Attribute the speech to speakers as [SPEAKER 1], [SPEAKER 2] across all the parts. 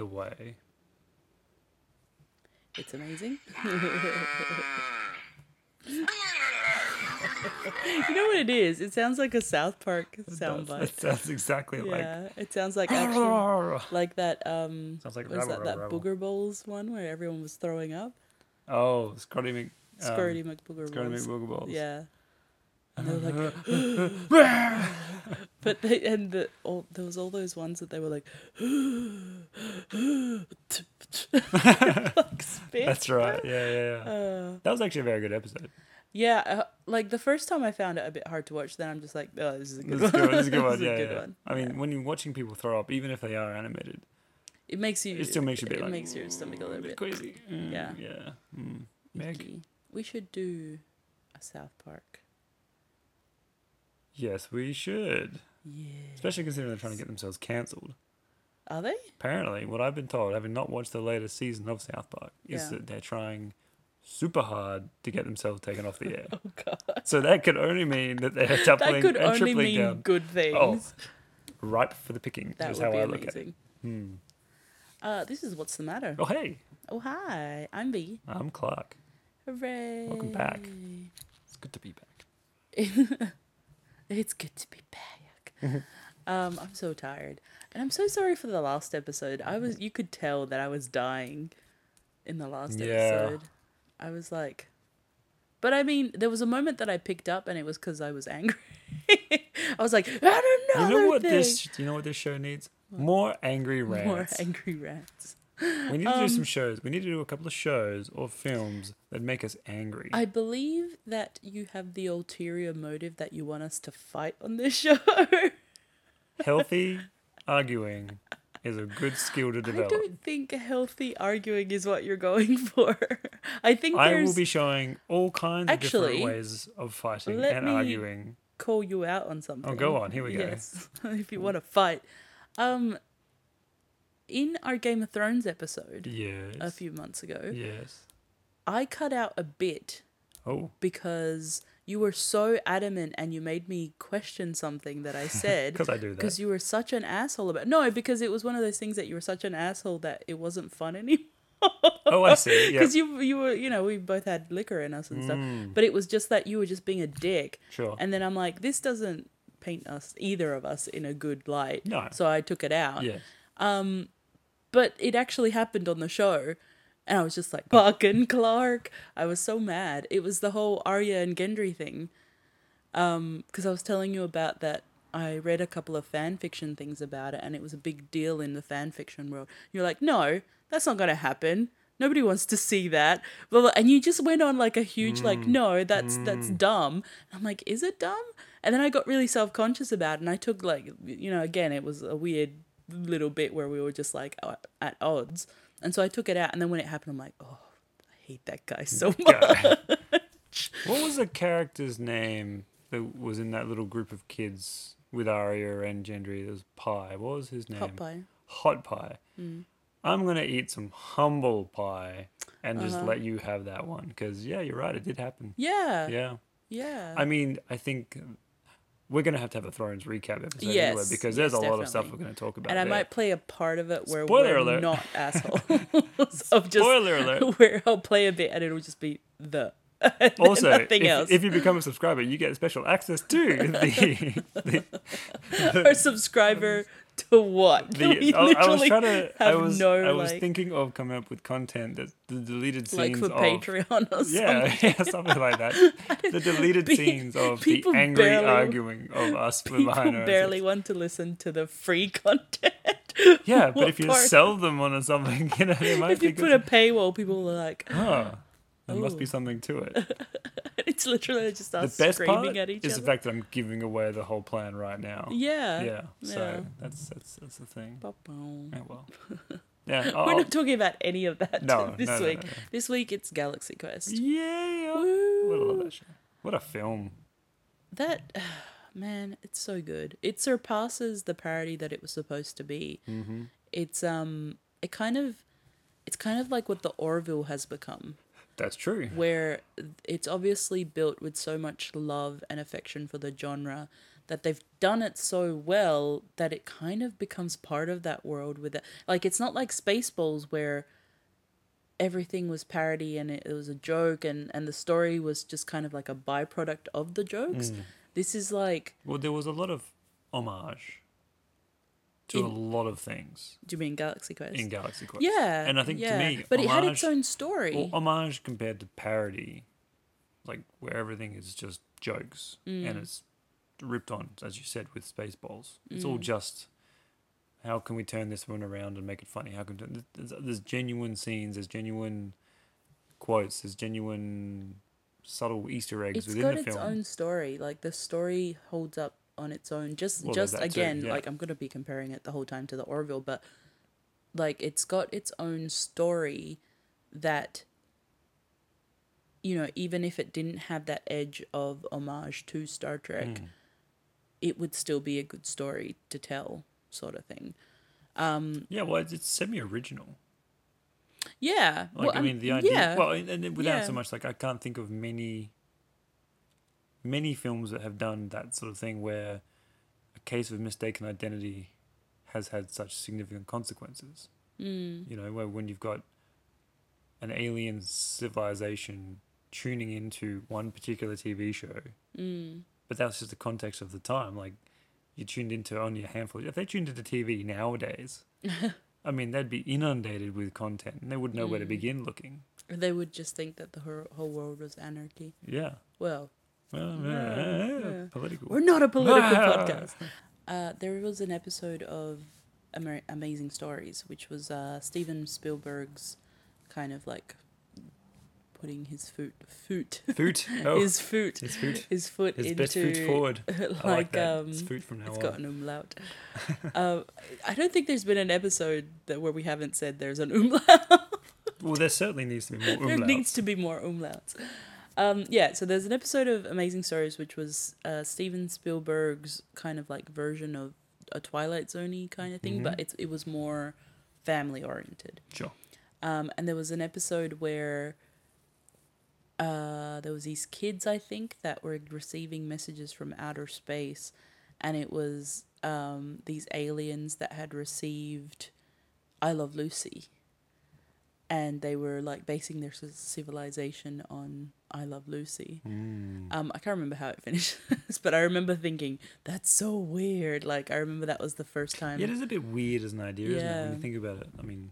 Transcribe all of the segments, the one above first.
[SPEAKER 1] way.
[SPEAKER 2] It's amazing. you know what it is? It sounds like a South Park soundbite.
[SPEAKER 1] That sounds exactly like.
[SPEAKER 2] Yeah, it sounds like actually
[SPEAKER 1] "Arr!"
[SPEAKER 2] like that. Um,
[SPEAKER 1] Sounds like
[SPEAKER 2] what is
[SPEAKER 1] rabble,
[SPEAKER 2] that? That
[SPEAKER 1] rabble,
[SPEAKER 2] Booger Bowls one where everyone was throwing up.
[SPEAKER 1] Oh, Scotty Mc. um,
[SPEAKER 2] Scurdy McBooger
[SPEAKER 1] Scotty
[SPEAKER 2] Bowls.
[SPEAKER 1] McBooger Balls.
[SPEAKER 2] Yeah. And they were like, but they and the all, there was all those ones that they were like, like spit.
[SPEAKER 1] That's right. Yeah, yeah, yeah.
[SPEAKER 2] Uh,
[SPEAKER 1] that was actually a very good episode.
[SPEAKER 2] yeah, uh, like the first time I found it a bit hard to watch. Then I'm just like, oh, this is a good
[SPEAKER 1] This is a good
[SPEAKER 2] one.
[SPEAKER 1] one. This is a good one.
[SPEAKER 2] This is
[SPEAKER 1] yeah,
[SPEAKER 2] a
[SPEAKER 1] yeah.
[SPEAKER 2] good one.
[SPEAKER 1] I mean, when you're watching people throw up, even if they are animated,
[SPEAKER 2] It makes you.
[SPEAKER 1] it still makes you a bit
[SPEAKER 2] It
[SPEAKER 1] like.
[SPEAKER 2] makes your stomach a
[SPEAKER 1] "Ooh,
[SPEAKER 2] little
[SPEAKER 1] bit
[SPEAKER 2] bit.
[SPEAKER 1] crazy. Mm,
[SPEAKER 2] Yeah.
[SPEAKER 1] Yeah. Mm. Meg.
[SPEAKER 2] icky. We should do a South Park.
[SPEAKER 1] Yes, we should.
[SPEAKER 2] Yeah.
[SPEAKER 1] Especially considering they're trying to get themselves cancelled.
[SPEAKER 2] Are they?
[SPEAKER 1] Apparently, what I've been told, having not watched the latest season of South Park, is
[SPEAKER 2] Yeah.
[SPEAKER 1] that they're trying super hard to get themselves taken off the air.
[SPEAKER 2] Oh God.
[SPEAKER 1] so that could only mean that they're doubling
[SPEAKER 2] That could
[SPEAKER 1] and
[SPEAKER 2] only
[SPEAKER 1] tripling
[SPEAKER 2] mean
[SPEAKER 1] down.
[SPEAKER 2] good things.
[SPEAKER 1] Oh, ripe for the picking.
[SPEAKER 2] that
[SPEAKER 1] is
[SPEAKER 2] would
[SPEAKER 1] how
[SPEAKER 2] be
[SPEAKER 1] I look at it. Hmm.
[SPEAKER 2] amazing. Uh, this is what's the matter.
[SPEAKER 1] Oh, hey,
[SPEAKER 2] Oh hi, I'm V.
[SPEAKER 1] I'm Clark.
[SPEAKER 2] Hooray!
[SPEAKER 1] Welcome back. It's good to be back.
[SPEAKER 2] It's good to be back.
[SPEAKER 1] Mm-hmm.
[SPEAKER 2] um, I'm so tired, and I'm so sorry for the last episode. I was, you could tell that I was dying in the last
[SPEAKER 1] Yeah.
[SPEAKER 2] episode. I was like, but I mean, there was a moment that I picked up, and it was because I was angry. I was like, I don't know.
[SPEAKER 1] You know what this? sh- You know what this show needs? More angry rants.
[SPEAKER 2] More um, angry rats.
[SPEAKER 1] we need to do some shows. We need to do a couple of shows or films that make us angry.
[SPEAKER 2] I believe that you have the ulterior motive that you want us to fight on this show.
[SPEAKER 1] Healthy arguing is a good skill to
[SPEAKER 2] I
[SPEAKER 1] develop.
[SPEAKER 2] don't think healthy arguing is what you're going for. I think
[SPEAKER 1] I
[SPEAKER 2] there's
[SPEAKER 1] will be showing all kinds of
[SPEAKER 2] Actually,
[SPEAKER 1] different ways of fighting
[SPEAKER 2] let
[SPEAKER 1] and
[SPEAKER 2] me-
[SPEAKER 1] arguing.
[SPEAKER 2] call you out on something.
[SPEAKER 1] Oh, go on, here we go.
[SPEAKER 2] Yes, if you want to fight. Um, in our Game of Thrones episode
[SPEAKER 1] Yes.
[SPEAKER 2] a few months ago,
[SPEAKER 1] Yes.
[SPEAKER 2] I cut out a bit
[SPEAKER 1] Oh,
[SPEAKER 2] because you were so adamant and you made me question something that I said.
[SPEAKER 1] 'Cause I do that.
[SPEAKER 2] Because you were such an asshole about No, because it was one of those things that you were such an asshole that it wasn't fun anymore.
[SPEAKER 1] oh, I see. Yeah. Mm.
[SPEAKER 2] Because you you were you know we both had liquor in us and stuff, but it was just that you were just being a dick.
[SPEAKER 1] Sure.
[SPEAKER 2] And then I'm like, this doesn't paint us either of us in a good light.
[SPEAKER 1] No.
[SPEAKER 2] So I took it out.
[SPEAKER 1] yeah.
[SPEAKER 2] But it actually happened on the show, and I was just like, fucking Clark. I was so mad. It was the whole Arya and Gendry thing. Um, because I was telling you about that. I read a couple of fan fiction things about it, and it was a big deal in the fan fiction world. You're like, no, that's not going to happen. Nobody wants to see that. Blah, blah. And you just went on like a huge, like, no, that's that's dumb. I'm like, is it dumb? And then I got really self conscious about it, and I took like, you know, again, it was a weird little bit where we were just like o- at odds. And so I took it out, and then when it happened, I'm like, oh, I hate that guy so much.
[SPEAKER 1] God. what was the character's name that was in that little group of kids with Arya and Gendry? There was Pie. What was his name?
[SPEAKER 2] Hot Mm. pie.
[SPEAKER 1] Hot Pie. I'm going to eat some humble pie and just
[SPEAKER 2] Uh-huh.
[SPEAKER 1] let you have that one. Because, yeah, you're right. It did happen.
[SPEAKER 2] Yeah. Yeah.
[SPEAKER 1] Yeah. I mean, I think we're going to have to have a Thrones recap episode anyway
[SPEAKER 2] Yes,
[SPEAKER 1] because there's
[SPEAKER 2] yes,
[SPEAKER 1] a lot of stuff we're
[SPEAKER 2] definitely.
[SPEAKER 1] going to talk about.
[SPEAKER 2] and I
[SPEAKER 1] there.
[SPEAKER 2] might play a part of it where
[SPEAKER 1] Spoiler
[SPEAKER 2] we're
[SPEAKER 1] alert.
[SPEAKER 2] not assholes. of just
[SPEAKER 1] Spoiler alert.
[SPEAKER 2] Where I'll play a bit and it'll just be the. and
[SPEAKER 1] also,
[SPEAKER 2] nothing
[SPEAKER 1] if,
[SPEAKER 2] else.
[SPEAKER 1] if you become a subscriber, you get special access to the. the,
[SPEAKER 2] Or subscriber to what?
[SPEAKER 1] the
[SPEAKER 2] We
[SPEAKER 1] I, I was
[SPEAKER 2] literally
[SPEAKER 1] trying to. I
[SPEAKER 2] have
[SPEAKER 1] was.
[SPEAKER 2] no,
[SPEAKER 1] I was
[SPEAKER 2] like-
[SPEAKER 1] thinking of coming up with content that the deleted scenes
[SPEAKER 2] like for
[SPEAKER 1] of.
[SPEAKER 2] Patreon or something.
[SPEAKER 1] Yeah, yeah, something like that. The deleted
[SPEAKER 2] Pe-
[SPEAKER 1] scenes of the
[SPEAKER 2] people
[SPEAKER 1] angry
[SPEAKER 2] barely-
[SPEAKER 1] arguing of us for
[SPEAKER 2] People
[SPEAKER 1] behind our
[SPEAKER 2] barely want to listen to the free content.
[SPEAKER 1] Yeah, but
[SPEAKER 2] What
[SPEAKER 1] if you
[SPEAKER 2] part-
[SPEAKER 1] sell them on or something, you know, they might
[SPEAKER 2] if you
[SPEAKER 1] think
[SPEAKER 2] put
[SPEAKER 1] it's,
[SPEAKER 2] a paywall, people are like,
[SPEAKER 1] huh, there must be
[SPEAKER 2] Ooh.
[SPEAKER 1] something to it.
[SPEAKER 2] it's literally just
[SPEAKER 1] the
[SPEAKER 2] us
[SPEAKER 1] best
[SPEAKER 2] screaming
[SPEAKER 1] part
[SPEAKER 2] at each
[SPEAKER 1] is
[SPEAKER 2] other.
[SPEAKER 1] the fact that I'm giving away the whole plan right now.
[SPEAKER 2] yeah.
[SPEAKER 1] Yeah.
[SPEAKER 2] yeah.
[SPEAKER 1] So that's that's that's the thing.
[SPEAKER 2] Ba-boom.
[SPEAKER 1] Oh well. Yeah.
[SPEAKER 2] We're
[SPEAKER 1] Oh,
[SPEAKER 2] not talking about any of that
[SPEAKER 1] No,
[SPEAKER 2] this
[SPEAKER 1] no, no,
[SPEAKER 2] week.
[SPEAKER 1] no, no.
[SPEAKER 2] This week it's Galaxy Quest.
[SPEAKER 1] yeah. What a love that show. What a film.
[SPEAKER 2] That man, it's so good. It surpasses the parody that it was supposed to be. Mm-hmm. It's um, it kind of, it's kind of like what the Orville has become,
[SPEAKER 1] That's true.
[SPEAKER 2] where it's obviously built with so much love and affection for the genre that they've done it so well that it kind of becomes part of that world with it. Like it's not like Spaceballs where everything was parody and it, it was a joke and and the story was just kind of like a byproduct of the jokes.
[SPEAKER 1] Mm.
[SPEAKER 2] This is like
[SPEAKER 1] Well, there was a lot of homage to a
[SPEAKER 2] In-
[SPEAKER 1] lot of things
[SPEAKER 2] do you mean Galaxy Quest?
[SPEAKER 1] in Galaxy Quest.
[SPEAKER 2] yeah.
[SPEAKER 1] and I think to
[SPEAKER 2] yeah.
[SPEAKER 1] me,
[SPEAKER 2] but
[SPEAKER 1] homage,
[SPEAKER 2] it had its own story.
[SPEAKER 1] well, homage compared to parody, like where everything is just jokes
[SPEAKER 2] Mm.
[SPEAKER 1] and it's ripped on, as you said with Spaceballs. It's
[SPEAKER 2] Mm.
[SPEAKER 1] all just how can we turn this one around and make it funny? How can we turn- there's, there's genuine scenes, there's genuine quotes, there's genuine subtle Easter eggs
[SPEAKER 2] it's
[SPEAKER 1] within
[SPEAKER 2] got
[SPEAKER 1] the
[SPEAKER 2] its
[SPEAKER 1] film.
[SPEAKER 2] own story like the story holds up on its own just
[SPEAKER 1] Well, there's
[SPEAKER 2] just
[SPEAKER 1] that too,
[SPEAKER 2] again
[SPEAKER 1] yeah.
[SPEAKER 2] like i'm going to be comparing it the whole time to the orville but like it's got its own story that you know even if it didn't have that edge of homage to star trek
[SPEAKER 1] Hmm.
[SPEAKER 2] it would still be a good story to tell sort of thing
[SPEAKER 1] Yeah, well, it's, it's semi-original.
[SPEAKER 2] yeah
[SPEAKER 1] Like
[SPEAKER 2] well,
[SPEAKER 1] I
[SPEAKER 2] um,
[SPEAKER 1] mean, the idea.
[SPEAKER 2] yeah.
[SPEAKER 1] Well, and, and then without
[SPEAKER 2] Yeah.
[SPEAKER 1] so much, like I can't think of many, many films that have done that sort of thing where a case of mistaken identity has had such significant consequences. Mm. You know, where when you've got an alien civilization tuning into one particular TV show,
[SPEAKER 2] Mm.
[SPEAKER 1] but that's just the context of the time. Like you tuned into only a handful. If they tuned into TV nowadays. I mean, they'd be inundated with content and they wouldn't know where to
[SPEAKER 2] Mm.
[SPEAKER 1] begin looking.
[SPEAKER 2] they would just think that the whole, whole world was anarchy
[SPEAKER 1] Yeah.
[SPEAKER 2] well
[SPEAKER 1] Well,
[SPEAKER 2] yeah.
[SPEAKER 1] Political.
[SPEAKER 2] We're not a political
[SPEAKER 1] Ah.
[SPEAKER 2] podcast. Uh, there was an episode of Amer- Amazing Stories, which was uh, Steven Spielberg's kind of like putting his foot, foot,
[SPEAKER 1] Foot. Oh,
[SPEAKER 2] his foot,
[SPEAKER 1] it's foot.
[SPEAKER 2] his foot
[SPEAKER 1] It's
[SPEAKER 2] into
[SPEAKER 1] best foot forward.
[SPEAKER 2] like,
[SPEAKER 1] I like that.
[SPEAKER 2] um,
[SPEAKER 1] it's foot from now
[SPEAKER 2] it's
[SPEAKER 1] on.
[SPEAKER 2] got an umlaut. uh, I don't think there's been an episode that where we haven't said there's an umlaut.
[SPEAKER 1] Well, there certainly needs to be more
[SPEAKER 2] there
[SPEAKER 1] umlauts.
[SPEAKER 2] needs to be more umlauts. Um, yeah, so there's an episode of Amazing Stories which was uh, Steven Spielberg's kind of like version of a Twilight Zone kind of thing, but it's it was more family oriented.
[SPEAKER 1] Mm-hmm. Sure.
[SPEAKER 2] Um, and there was an episode where uh, there was these kids, I think, that were receiving messages from outer space, and it was um, these aliens that had received "I Love Lucy," and they were like basing their c- civilization on "I Love Lucy." Um, I can't remember how it finishes, but I remember thinking that's so weird. Like I remember that was the first time.
[SPEAKER 1] Yeah, it is a bit weird as an idea, isn't it? When
[SPEAKER 2] Yeah.
[SPEAKER 1] you think about it, I mean,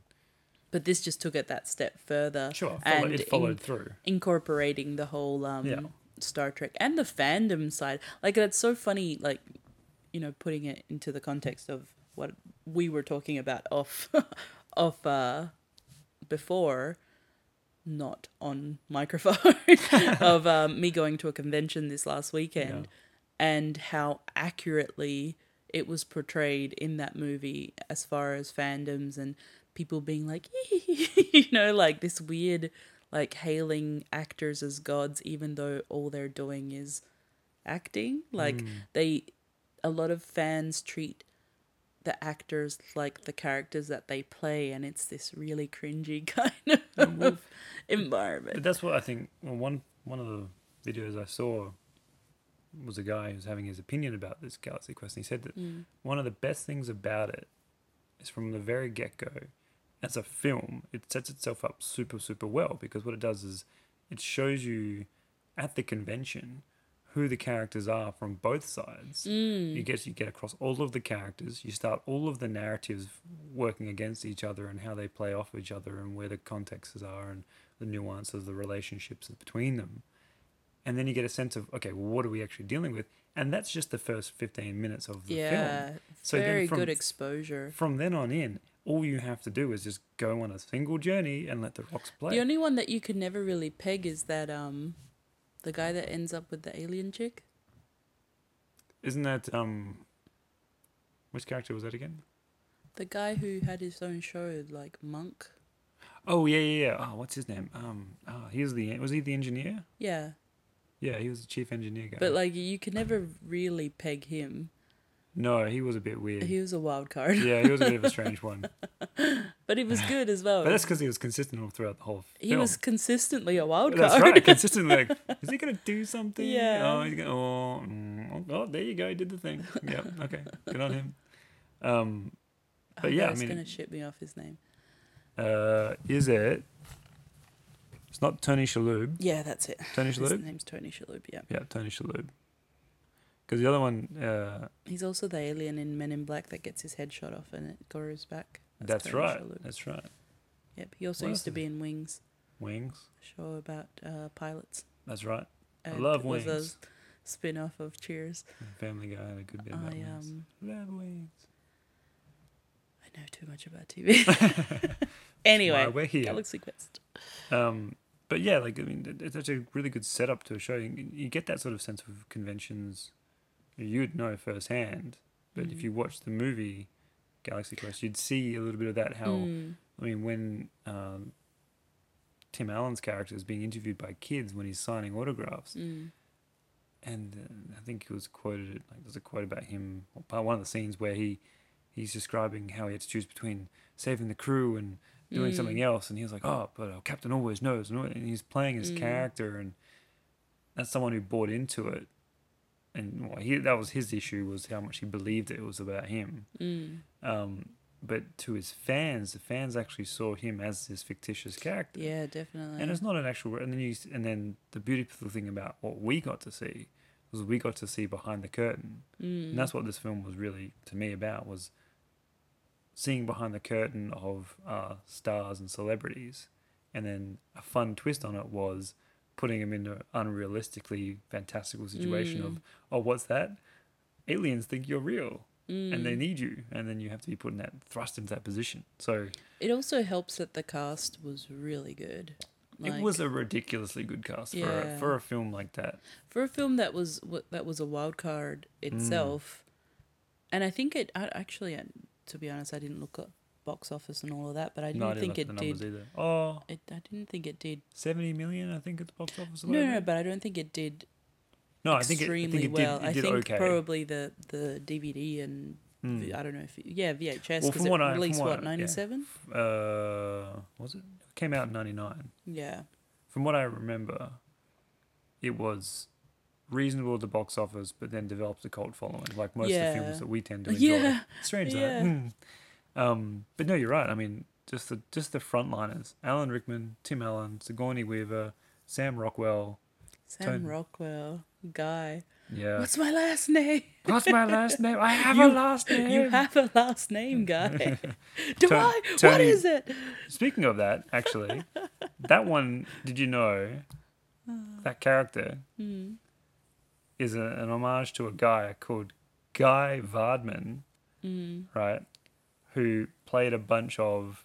[SPEAKER 2] but this just took it that step further.
[SPEAKER 1] sure, follow,
[SPEAKER 2] and
[SPEAKER 1] it
[SPEAKER 2] in-
[SPEAKER 1] followed through.
[SPEAKER 2] incorporating the whole um
[SPEAKER 1] Yeah.
[SPEAKER 2] Star Trek and the fandom side. Like that's so funny like you know putting it into the context of what we were talking about off off uh before not on microphone of um, me going to a convention this last weekend and how accurately it was portrayed in that movie as far as fandoms and people being like you know like this weird like hailing actors as gods even though all they're doing is acting like
[SPEAKER 1] Hmm.
[SPEAKER 2] they a lot of fans treat the actors like the characters that they play and it's this really cringy kind of environment
[SPEAKER 1] But that's what I think. Well, one one of the videos I saw was a guy who's having his opinion about this Galaxy Quest, and he said that
[SPEAKER 2] Mm.
[SPEAKER 1] one of the best things about it is from the very get go. As a film, it sets itself up super super well because what it does is it shows you at the convention who the characters are from both sides. You get you get across all of the characters. You start all of the narratives working against each other and how they play off each other and where the contexts are and the nuances, the relationships between them. And then you get a sense of okay, well, what are we actually dealing with? And that's just the first fifteen minutes of the
[SPEAKER 2] yeah
[SPEAKER 1] film. then
[SPEAKER 2] very
[SPEAKER 1] from-
[SPEAKER 2] good exposure
[SPEAKER 1] From then on in, all you have to do is just go on a single journey and let the rocks play.
[SPEAKER 2] the only one that you could never really peg is that um the guy that ends up with the alien chick
[SPEAKER 1] Isn't that um? Which character was that again?
[SPEAKER 2] the guy who had his own show like monk
[SPEAKER 1] Oh yeah, yeah, yeah. Oh, what's his name? Um, oh, he was the was he the engineer?
[SPEAKER 2] yeah
[SPEAKER 1] Yeah, he was the chief engineer guy.
[SPEAKER 2] but like you could never really peg him
[SPEAKER 1] No, he was a bit weird.
[SPEAKER 2] He was a wild card,
[SPEAKER 1] yeah, he was a bit of a strange one.
[SPEAKER 2] but he was good as well.
[SPEAKER 1] But that's because he was consistent all throughout the whole
[SPEAKER 2] Oh. he
[SPEAKER 1] film.
[SPEAKER 2] was consistently a wild
[SPEAKER 1] That's
[SPEAKER 2] card.
[SPEAKER 1] right, consistently. Like, is he gonna do something?
[SPEAKER 2] Yeah.
[SPEAKER 1] Oh, he's gonna. Oh, mm, oh, oh, there you go. He did the thing. Yeah. Okay. Good on him. Um,
[SPEAKER 2] Oh,
[SPEAKER 1] but yeah, I
[SPEAKER 2] he's
[SPEAKER 1] mean,
[SPEAKER 2] gonna shit me off his name.
[SPEAKER 1] uh, is it? It's not Tony Shalhoub.
[SPEAKER 2] Yeah, that's it.
[SPEAKER 1] Tony
[SPEAKER 2] His
[SPEAKER 1] Shalhoub.
[SPEAKER 2] name's Tony Shalhoub. Yeah,
[SPEAKER 1] Yeah, Tony Shalhoub. Because the other one, uh,
[SPEAKER 2] he's also the alien in Men in Black that gets his head shot off and it grows back.
[SPEAKER 1] that's,
[SPEAKER 2] Tony
[SPEAKER 1] right.
[SPEAKER 2] Shalhoub.
[SPEAKER 1] That's right.
[SPEAKER 2] Yep. He also
[SPEAKER 1] What
[SPEAKER 2] used to
[SPEAKER 1] else
[SPEAKER 2] be in Wings,
[SPEAKER 1] Wings.
[SPEAKER 2] a show about uh, pilots.
[SPEAKER 1] That's right. I
[SPEAKER 2] and
[SPEAKER 1] love
[SPEAKER 2] it was a
[SPEAKER 1] Wings.
[SPEAKER 2] Spin off of Cheers.
[SPEAKER 1] Family Guy had a good bit about
[SPEAKER 2] I
[SPEAKER 1] wings.
[SPEAKER 2] um
[SPEAKER 1] Love wings.
[SPEAKER 2] I know too much about TV.
[SPEAKER 1] Why
[SPEAKER 2] anyway,
[SPEAKER 1] we're here.
[SPEAKER 2] Galaxy Quest.
[SPEAKER 1] Um, but yeah, like I mean, it- it's actually a really good setup to a show. You, you get that sort of sense of conventions you'd know firsthand, but
[SPEAKER 2] Mm.
[SPEAKER 1] if you watch the movie Galaxy Quest, you'd see a little bit of that. How
[SPEAKER 2] Mm.
[SPEAKER 1] I mean, when um, Tim Allen's character is being interviewed by kids when he's signing autographs,
[SPEAKER 2] Mm.
[SPEAKER 1] and uh, I think it was quoted like there's a quote about him or part one of the scenes where he he's describing how he had to choose between saving the crew and doing
[SPEAKER 2] Mm.
[SPEAKER 1] something else and he was like oh but our captain always knows and all- and he's playing his
[SPEAKER 2] Mm.
[SPEAKER 1] character and that's someone who bought into it and well, he, that was his issue was how much he believed it was about him
[SPEAKER 2] Mm.
[SPEAKER 1] um, but to his fans the fans actually saw him as this fictitious character
[SPEAKER 2] Yeah, definitely.
[SPEAKER 1] and it's not an actual. And then you, s- and then the beautiful thing about what we got to see was we got to see behind the curtain,
[SPEAKER 2] Mm.
[SPEAKER 1] and that's what this film was really to me about was seeing behind the curtain of uh, stars and celebrities, and then a fun twist on it was putting them in an unrealistically fantastical situation
[SPEAKER 2] Mm.
[SPEAKER 1] of oh what's that aliens think you're real and they
[SPEAKER 2] Mm.
[SPEAKER 1] need you and then you have to be put in that thrust into that position so
[SPEAKER 2] It also helps that the cast was really good.
[SPEAKER 1] it was a ridiculously good cast for a,
[SPEAKER 2] Yeah.
[SPEAKER 1] for a film like that
[SPEAKER 2] for a film that was wa- that was a wild card itself,
[SPEAKER 1] Mm.
[SPEAKER 2] and I think it I, actually, I- to be honest, I didn't look at box office and all of that, but I didn't
[SPEAKER 1] No, look
[SPEAKER 2] think it
[SPEAKER 1] at the numbers
[SPEAKER 2] did.
[SPEAKER 1] either. Oh,
[SPEAKER 2] It, I didn't think it did.
[SPEAKER 1] 70 million, I think it's box office. or
[SPEAKER 2] No, no,
[SPEAKER 1] whatever.
[SPEAKER 2] no, but I don't think it did
[SPEAKER 1] no, I think it, I
[SPEAKER 2] extremely
[SPEAKER 1] think it
[SPEAKER 2] well.
[SPEAKER 1] did, it did
[SPEAKER 2] I think
[SPEAKER 1] okay.
[SPEAKER 2] probably the the DVD and
[SPEAKER 1] Mm.
[SPEAKER 2] v- I don't know if yeah VHS
[SPEAKER 1] Well,
[SPEAKER 2] because
[SPEAKER 1] from what I-
[SPEAKER 2] it
[SPEAKER 1] from
[SPEAKER 2] released
[SPEAKER 1] what I-
[SPEAKER 2] what
[SPEAKER 1] yeah.
[SPEAKER 2] ninety seven.
[SPEAKER 1] Uh, was it? It came out in 99.
[SPEAKER 2] Yeah.
[SPEAKER 1] From what I remember, it was reasonable at the box office, but then developed a cult following, like most of the
[SPEAKER 2] Yeah.
[SPEAKER 1] films that we tend to enjoy.
[SPEAKER 2] Yeah.
[SPEAKER 1] Strange that.
[SPEAKER 2] Yeah.
[SPEAKER 1] Hmm. Um, but no, you're right. I mean, just the just the frontliners: Alan Rickman, Tim Allen, Sigourney Weaver, Sam Rockwell.
[SPEAKER 2] Sam
[SPEAKER 1] Tony-
[SPEAKER 2] Rockwell, guy.
[SPEAKER 1] Yeah.
[SPEAKER 2] What's my last name?
[SPEAKER 1] What's my last name? I have a
[SPEAKER 2] You-
[SPEAKER 1] last name.
[SPEAKER 2] You have a last name, guy. Do
[SPEAKER 1] Ton-
[SPEAKER 2] I? what
[SPEAKER 1] Tony-
[SPEAKER 2] is it?
[SPEAKER 1] Speaking of that, actually, that one, did you know
[SPEAKER 2] Uh.
[SPEAKER 1] that character
[SPEAKER 2] Mm,
[SPEAKER 1] is a, an homage to a guy called Guy Vardman,
[SPEAKER 2] mm.
[SPEAKER 1] right? Who played a bunch of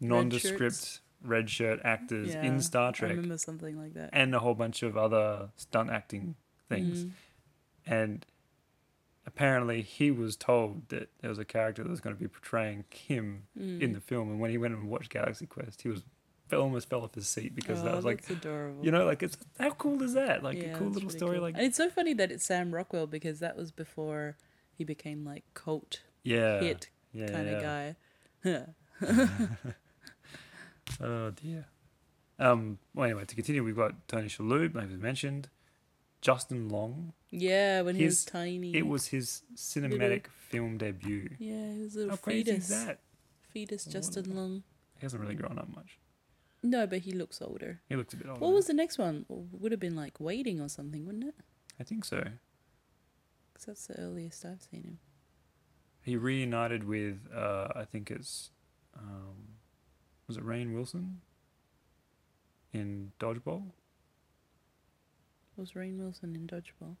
[SPEAKER 1] nondescript red shirt actors
[SPEAKER 2] Yeah,
[SPEAKER 1] in Star
[SPEAKER 2] I
[SPEAKER 1] Trek
[SPEAKER 2] remember something like that.
[SPEAKER 1] and a whole bunch of other stunt acting things.
[SPEAKER 2] Mm-hmm.
[SPEAKER 1] And apparently, he was told that there was a character that was going to be portraying him
[SPEAKER 2] Mm,
[SPEAKER 1] in the film. And when he went and watched Galaxy Quest, he was fell- almost fell off his seat because that
[SPEAKER 2] Oh,
[SPEAKER 1] was like,
[SPEAKER 2] that's adorable.
[SPEAKER 1] you know, like it's how cool is that? Like
[SPEAKER 2] Yeah,
[SPEAKER 1] a cool
[SPEAKER 2] that's
[SPEAKER 1] little
[SPEAKER 2] really
[SPEAKER 1] story,
[SPEAKER 2] cool.
[SPEAKER 1] like
[SPEAKER 2] And it's so funny that it's Sam Rockwell because that was before he became like cult
[SPEAKER 1] yeah,
[SPEAKER 2] hit
[SPEAKER 1] yeah,
[SPEAKER 2] kind of
[SPEAKER 1] yeah.
[SPEAKER 2] guy.
[SPEAKER 1] Oh dear. Um. Well, anyway, to continue, we've got Tony Shalhoub, like we mentioned, Justin Long.
[SPEAKER 2] yeah, when he
[SPEAKER 1] His-
[SPEAKER 2] was tiny.
[SPEAKER 1] It was his cinematic film debut.
[SPEAKER 2] Yeah, he was a little
[SPEAKER 1] How crazy
[SPEAKER 2] fetus.
[SPEAKER 1] is that?
[SPEAKER 2] Fetus
[SPEAKER 1] Wonderful.
[SPEAKER 2] Justin Long.
[SPEAKER 1] He hasn't really grown up much.
[SPEAKER 2] No, but he looks older.
[SPEAKER 1] He looked a bit older.
[SPEAKER 2] What was the next one? Would have been like waiting or something, wouldn't it?
[SPEAKER 1] I think so.
[SPEAKER 2] Because that's the earliest I've seen him.
[SPEAKER 1] He reunited with, uh, I think it's, um, was it Rain Wilson in Dodgeball?
[SPEAKER 2] Was Rain Wilson in Dodgeball?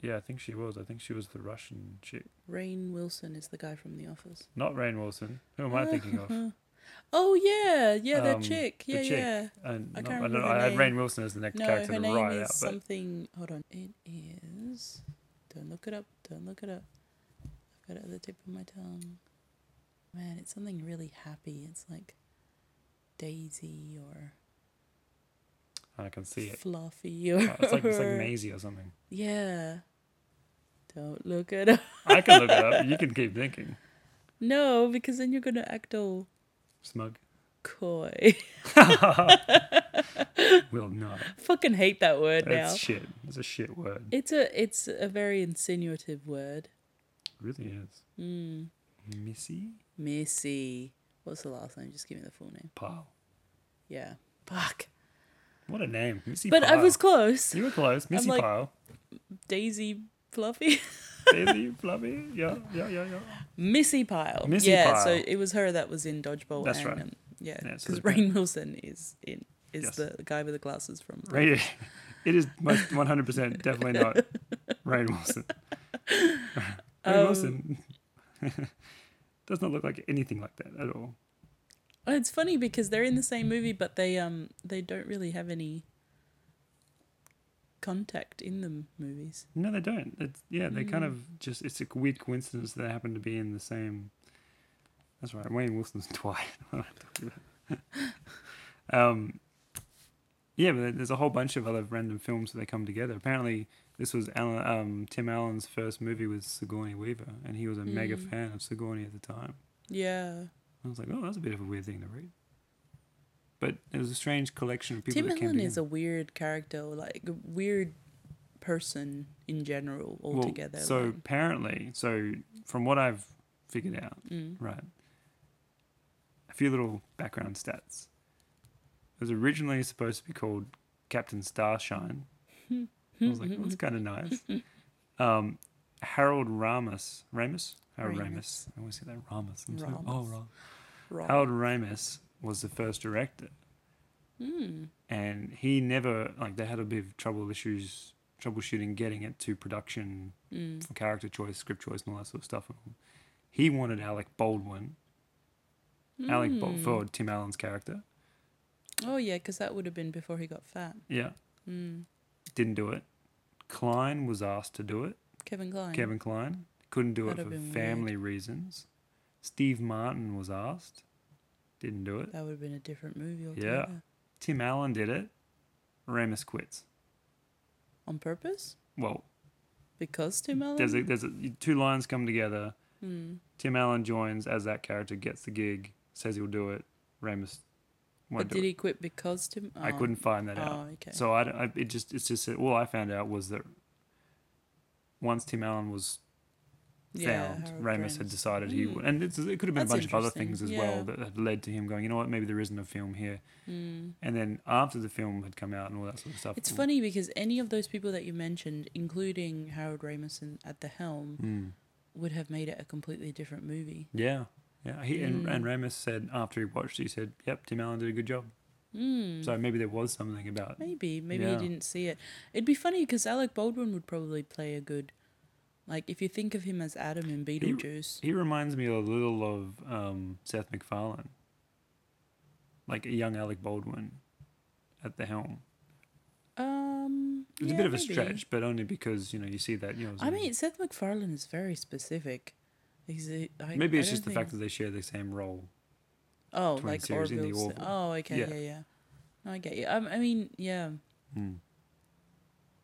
[SPEAKER 1] Yeah, I think she was. I think she was the Russian chick.
[SPEAKER 2] Rain Wilson is the guy from The Office.
[SPEAKER 1] Not Rain Wilson. Who
[SPEAKER 2] Uh,
[SPEAKER 1] am I thinking of?
[SPEAKER 2] Oh yeah, yeah, that
[SPEAKER 1] Um,
[SPEAKER 2] chick.
[SPEAKER 1] the
[SPEAKER 2] Yeah,
[SPEAKER 1] chick.
[SPEAKER 2] yeah.
[SPEAKER 1] And
[SPEAKER 2] I
[SPEAKER 1] not-
[SPEAKER 2] can't
[SPEAKER 1] I, don't
[SPEAKER 2] remember
[SPEAKER 1] know.
[SPEAKER 2] her
[SPEAKER 1] I had
[SPEAKER 2] name.
[SPEAKER 1] Rain Wilson as the next
[SPEAKER 2] No,
[SPEAKER 1] character
[SPEAKER 2] her
[SPEAKER 1] to
[SPEAKER 2] name
[SPEAKER 1] ride
[SPEAKER 2] is
[SPEAKER 1] out, but
[SPEAKER 2] something. Hold on, it is. Don't look it up. Don't look it up. I've got it at the tip of my tongue. Man, it's something really happy. It's like Daisy or
[SPEAKER 1] I can see it.
[SPEAKER 2] Fluffy or.
[SPEAKER 1] Oh, it's like it's like Maisie or something.
[SPEAKER 2] Yeah. Don't look it up.
[SPEAKER 1] I can look it up. You can keep thinking.
[SPEAKER 2] No, because then you're gonna act all
[SPEAKER 1] Smug.
[SPEAKER 2] coy.
[SPEAKER 1] Will not.
[SPEAKER 2] Fucking hate that word
[SPEAKER 1] That's
[SPEAKER 2] now.
[SPEAKER 1] shit. It's a shit word.
[SPEAKER 2] It's a it's a very insinuative word. Hmm.
[SPEAKER 1] really is. Missy
[SPEAKER 2] Missy. What's the last name? Just give me the full name.
[SPEAKER 1] Pyle.
[SPEAKER 2] Yeah. Fuck.
[SPEAKER 1] What a name. Missy
[SPEAKER 2] But I
[SPEAKER 1] Pyle.
[SPEAKER 2] was close.
[SPEAKER 1] You were close. Missy
[SPEAKER 2] like-
[SPEAKER 1] Pyle.
[SPEAKER 2] Daisy Fluffy.
[SPEAKER 1] Daisy, Fluffy. Yeah, yeah, yeah, yeah.
[SPEAKER 2] Missy Pyle.
[SPEAKER 1] Missy
[SPEAKER 2] yeah,
[SPEAKER 1] Pyle.
[SPEAKER 2] so it was her that was in Dodgeball.
[SPEAKER 1] That's
[SPEAKER 2] and,
[SPEAKER 1] right.
[SPEAKER 2] Um, yeah,
[SPEAKER 1] Yeah, so
[SPEAKER 2] because
[SPEAKER 1] they're
[SPEAKER 2] Rain Wilson is in is
[SPEAKER 1] Yes.
[SPEAKER 2] the guy with the glasses from.
[SPEAKER 1] Right. It is most 100% definitely not Rain Wilson.
[SPEAKER 2] Um,
[SPEAKER 1] Rain Wilson does not look like anything like that at all.
[SPEAKER 2] Oh, It's funny because they're in the same movie, but they um they don't really have any contact in the movies.
[SPEAKER 1] No, they don't. It's, yeah, they
[SPEAKER 2] Hmm.
[SPEAKER 1] kind of just, it's a weird coincidence that they happen to be in the same. That's right, Wayne Wilson's Dwight. What am I talking about? um, yeah, but there's a whole bunch of other random films that they come together. Apparently, this was Alan, um, Tim Allen's first movie with Sigourney Weaver, and he was a mega
[SPEAKER 2] Mm.
[SPEAKER 1] fan of Sigourney at the time.
[SPEAKER 2] Yeah,
[SPEAKER 1] I was like, oh, that's a bit of a weird thing to read. But it was a strange collection of people
[SPEAKER 2] Tim
[SPEAKER 1] that came
[SPEAKER 2] Allen is
[SPEAKER 1] together.
[SPEAKER 2] a weird character, like a weird person in general
[SPEAKER 1] Well,
[SPEAKER 2] altogether.
[SPEAKER 1] so
[SPEAKER 2] like,
[SPEAKER 1] apparently, so from what I've figured out,
[SPEAKER 2] mm,
[SPEAKER 1] right, a few little background stats. It was originally supposed to be called Captain Starshine. I was like, oh, that's kind of nice. Um, Harold Ramis, Ramis, Harold Ramis.
[SPEAKER 2] Ramis.
[SPEAKER 1] I always say that Ramis. I'm so-
[SPEAKER 2] Ramis.
[SPEAKER 1] oh, wrong.
[SPEAKER 2] wrong.
[SPEAKER 1] Harold Ramis was the first director.
[SPEAKER 2] Mm,
[SPEAKER 1] and he never like they had a bit of trouble issues troubleshooting getting it to production
[SPEAKER 2] mm,
[SPEAKER 1] for character choice script choice and all that sort of stuff he wanted alec baldwin alec Bal-
[SPEAKER 2] mm.
[SPEAKER 1] for tim allen's character
[SPEAKER 2] Oh yeah, because that would have been before he got fat.
[SPEAKER 1] yeah
[SPEAKER 2] Mm.
[SPEAKER 1] didn't do it klein was asked to do it
[SPEAKER 2] Kevin Klein.
[SPEAKER 1] kevin klein couldn't do
[SPEAKER 2] That'd
[SPEAKER 1] it
[SPEAKER 2] have been
[SPEAKER 1] for family reasons steve martin was asked didn't do it
[SPEAKER 2] That would have been a different movie
[SPEAKER 1] Yeah.
[SPEAKER 2] altogether.
[SPEAKER 1] tim allen did it ramis quits
[SPEAKER 2] On purpose?
[SPEAKER 1] well
[SPEAKER 2] Because Tim Allen?
[SPEAKER 1] there's a, there's a, two lines come together
[SPEAKER 2] Mm.
[SPEAKER 1] Tim Allen joins as that character, gets the gig, says he'll do it. Ramus
[SPEAKER 2] But
[SPEAKER 1] won't do
[SPEAKER 2] did
[SPEAKER 1] it.
[SPEAKER 2] he quit because Tim?
[SPEAKER 1] I
[SPEAKER 2] oh.
[SPEAKER 1] couldn't find that out.
[SPEAKER 2] Oh, okay.
[SPEAKER 1] So I, don't- I- it just it's just that all I found out was that once Tim Allen was found,
[SPEAKER 2] Harold
[SPEAKER 1] Ramus had
[SPEAKER 2] Ramis.
[SPEAKER 1] decided he would, and it's, it could have been
[SPEAKER 2] Mm.
[SPEAKER 1] a bunch
[SPEAKER 2] That's
[SPEAKER 1] of other things
[SPEAKER 2] interesting,
[SPEAKER 1] as
[SPEAKER 2] yeah.
[SPEAKER 1] well that had led to him going, you know what, maybe there isn't a film here.
[SPEAKER 2] Mm.
[SPEAKER 1] And then after the film had come out and all that sort of stuff,
[SPEAKER 2] It's funny because any of those people that you mentioned, including Harold Ramis at the helm,
[SPEAKER 1] Mm.
[SPEAKER 2] would have made it a completely different movie.
[SPEAKER 1] Yeah, yeah. He and, and Ramus said after he watched, he said, "Yep, Tim Allen did a good job."
[SPEAKER 2] Mm.
[SPEAKER 1] So maybe there was something about
[SPEAKER 2] Maybe, maybe
[SPEAKER 1] Yeah.
[SPEAKER 2] he didn't see it. It'd be funny because Alec Baldwin would probably play a good, like if you think of him as Adam in Beetlejuice.
[SPEAKER 1] He reminds me a little of um, Seth MacFarlane, like a young Alec Baldwin at the helm.
[SPEAKER 2] um,
[SPEAKER 1] It's
[SPEAKER 2] yeah,
[SPEAKER 1] a bit of a
[SPEAKER 2] maybe.
[SPEAKER 1] stretch, but only because you know you see that. You know,
[SPEAKER 2] I mean, Seth MacFarlane is very specific. He's a, I,
[SPEAKER 1] maybe
[SPEAKER 2] I
[SPEAKER 1] it's
[SPEAKER 2] don't
[SPEAKER 1] just the
[SPEAKER 2] think-
[SPEAKER 1] fact that they share the same role.
[SPEAKER 2] Oh,
[SPEAKER 1] twin
[SPEAKER 2] like
[SPEAKER 1] series in the
[SPEAKER 2] Orville. Sim-
[SPEAKER 1] Orville.
[SPEAKER 2] Oh, okay,
[SPEAKER 1] Yeah.
[SPEAKER 2] yeah, yeah. No, I get you. Um, I, I mean, yeah.
[SPEAKER 1] Mm.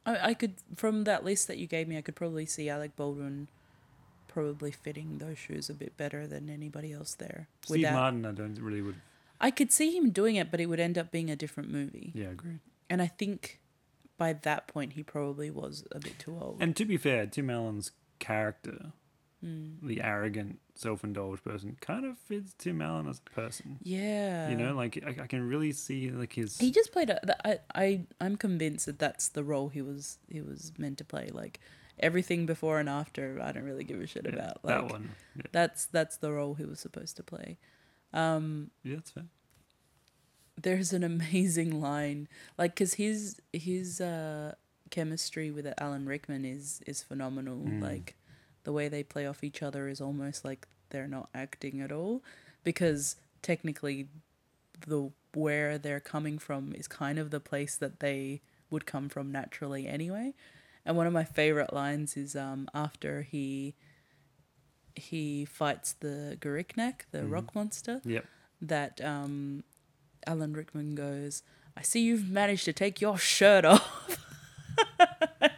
[SPEAKER 2] I, I could from that list that you gave me, I could probably see Alec Baldwin probably fitting those shoes a bit better than anybody else there.
[SPEAKER 1] Steve
[SPEAKER 2] Without-
[SPEAKER 1] Martin, I don't really would.
[SPEAKER 2] I could see him doing it, but it would end up being a different movie.
[SPEAKER 1] Yeah, agree.
[SPEAKER 2] And I think by that point, he probably was a bit too old.
[SPEAKER 1] And to be fair, Tim Allen's character,
[SPEAKER 2] mm.
[SPEAKER 1] the arrogant, self-indulged person, kind of fits Tim Allen as a person.
[SPEAKER 2] Yeah,
[SPEAKER 1] you know, like I, I can really see like his.
[SPEAKER 2] he just played. A, the- I I I'm convinced that that's the role he was he was meant to play. Like everything before and after, I don't really give a shit
[SPEAKER 1] yeah,
[SPEAKER 2] about. Like
[SPEAKER 1] that one. Yeah,
[SPEAKER 2] that's that's the role he was supposed to play. Um,
[SPEAKER 1] yeah, that's fair.
[SPEAKER 2] there's an amazing line like because his his uh chemistry with alan rickman is is phenomenal
[SPEAKER 1] Mm.
[SPEAKER 2] like the way they play off each other is almost like they're not acting at all because technically the where they're coming from is kind of the place that they would come from naturally anyway and one of my favorite lines is um after he he fights the Gariknak, the rock monster
[SPEAKER 1] Yep.
[SPEAKER 2] that um, Alan Rickman goes, I see you've managed to take your shirt off.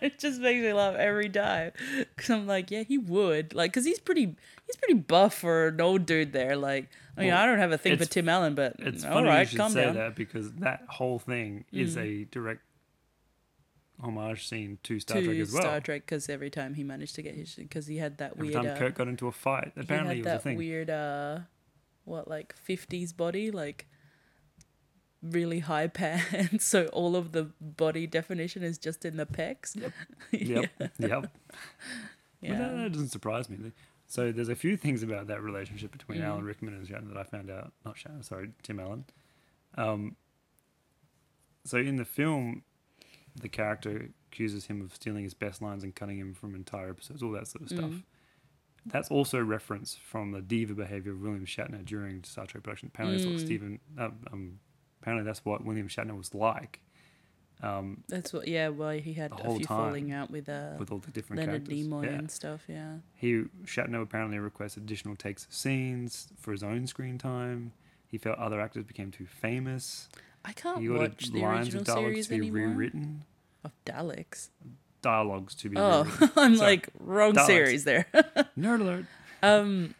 [SPEAKER 2] it just makes me laugh every time. Cause I'm like, yeah, he would. Like, cause he's pretty, he's pretty buff for an old dude there. Like, I mean,
[SPEAKER 1] Well,
[SPEAKER 2] I don't have a thing for
[SPEAKER 1] it's-
[SPEAKER 2] Tim Allen, but
[SPEAKER 1] It's
[SPEAKER 2] all
[SPEAKER 1] funny
[SPEAKER 2] right,
[SPEAKER 1] you should
[SPEAKER 2] calm
[SPEAKER 1] say
[SPEAKER 2] down. Mm.
[SPEAKER 1] that because that whole thing is a direct homage scene to Star
[SPEAKER 2] to
[SPEAKER 1] Trek as well.
[SPEAKER 2] Star Trek, because every time he managed to get his, because he had that
[SPEAKER 1] Every
[SPEAKER 2] weird,
[SPEAKER 1] time
[SPEAKER 2] uh,
[SPEAKER 1] Kirk got into a fight,
[SPEAKER 2] he had
[SPEAKER 1] apparently it was a
[SPEAKER 2] that
[SPEAKER 1] thing.
[SPEAKER 2] weird, uh, what like '50s body, like really high pants. So all of the body definition is just in the pecs. Yep.
[SPEAKER 1] Yep, yep.
[SPEAKER 2] yeah.
[SPEAKER 1] But uh, that, that doesn't surprise me. So there's a few things about that relationship between
[SPEAKER 2] Mm.
[SPEAKER 1] Alan Rickman and Shannon that I found out. Not Shannon, sorry, Tim Allen. Um, so in the film, the character accuses him of stealing his best lines and cutting him from entire episodes, all that sort of
[SPEAKER 2] Mm.
[SPEAKER 1] stuff. That's also a reference from the diva behavior of William Shatner during Star Trek production. Apparently, that's what
[SPEAKER 2] Mm.
[SPEAKER 1] Stephen. Um, um, apparently, that's what William Shatner was like um,
[SPEAKER 2] That's what, yeah. Well, he had
[SPEAKER 1] The
[SPEAKER 2] a
[SPEAKER 1] whole
[SPEAKER 2] few
[SPEAKER 1] time
[SPEAKER 2] falling out with, uh,
[SPEAKER 1] with all the different
[SPEAKER 2] Leonard
[SPEAKER 1] characters.
[SPEAKER 2] Nimoy
[SPEAKER 1] Yeah.
[SPEAKER 2] and stuff. Yeah,
[SPEAKER 1] He Shatner apparently requested additional takes of scenes for his own screen time. He felt other actors became too famous.
[SPEAKER 2] I can't
[SPEAKER 1] He ordered
[SPEAKER 2] watch the
[SPEAKER 1] lines
[SPEAKER 2] original
[SPEAKER 1] of dialogues
[SPEAKER 2] series
[SPEAKER 1] to be
[SPEAKER 2] anymore.
[SPEAKER 1] rewritten.
[SPEAKER 2] Of Daleks.
[SPEAKER 1] Dialogues to be rewritten.
[SPEAKER 2] Oh, I'm
[SPEAKER 1] Sorry.
[SPEAKER 2] like wrong
[SPEAKER 1] Daleks.
[SPEAKER 2] series there.
[SPEAKER 1] Nerd alert.
[SPEAKER 2] um,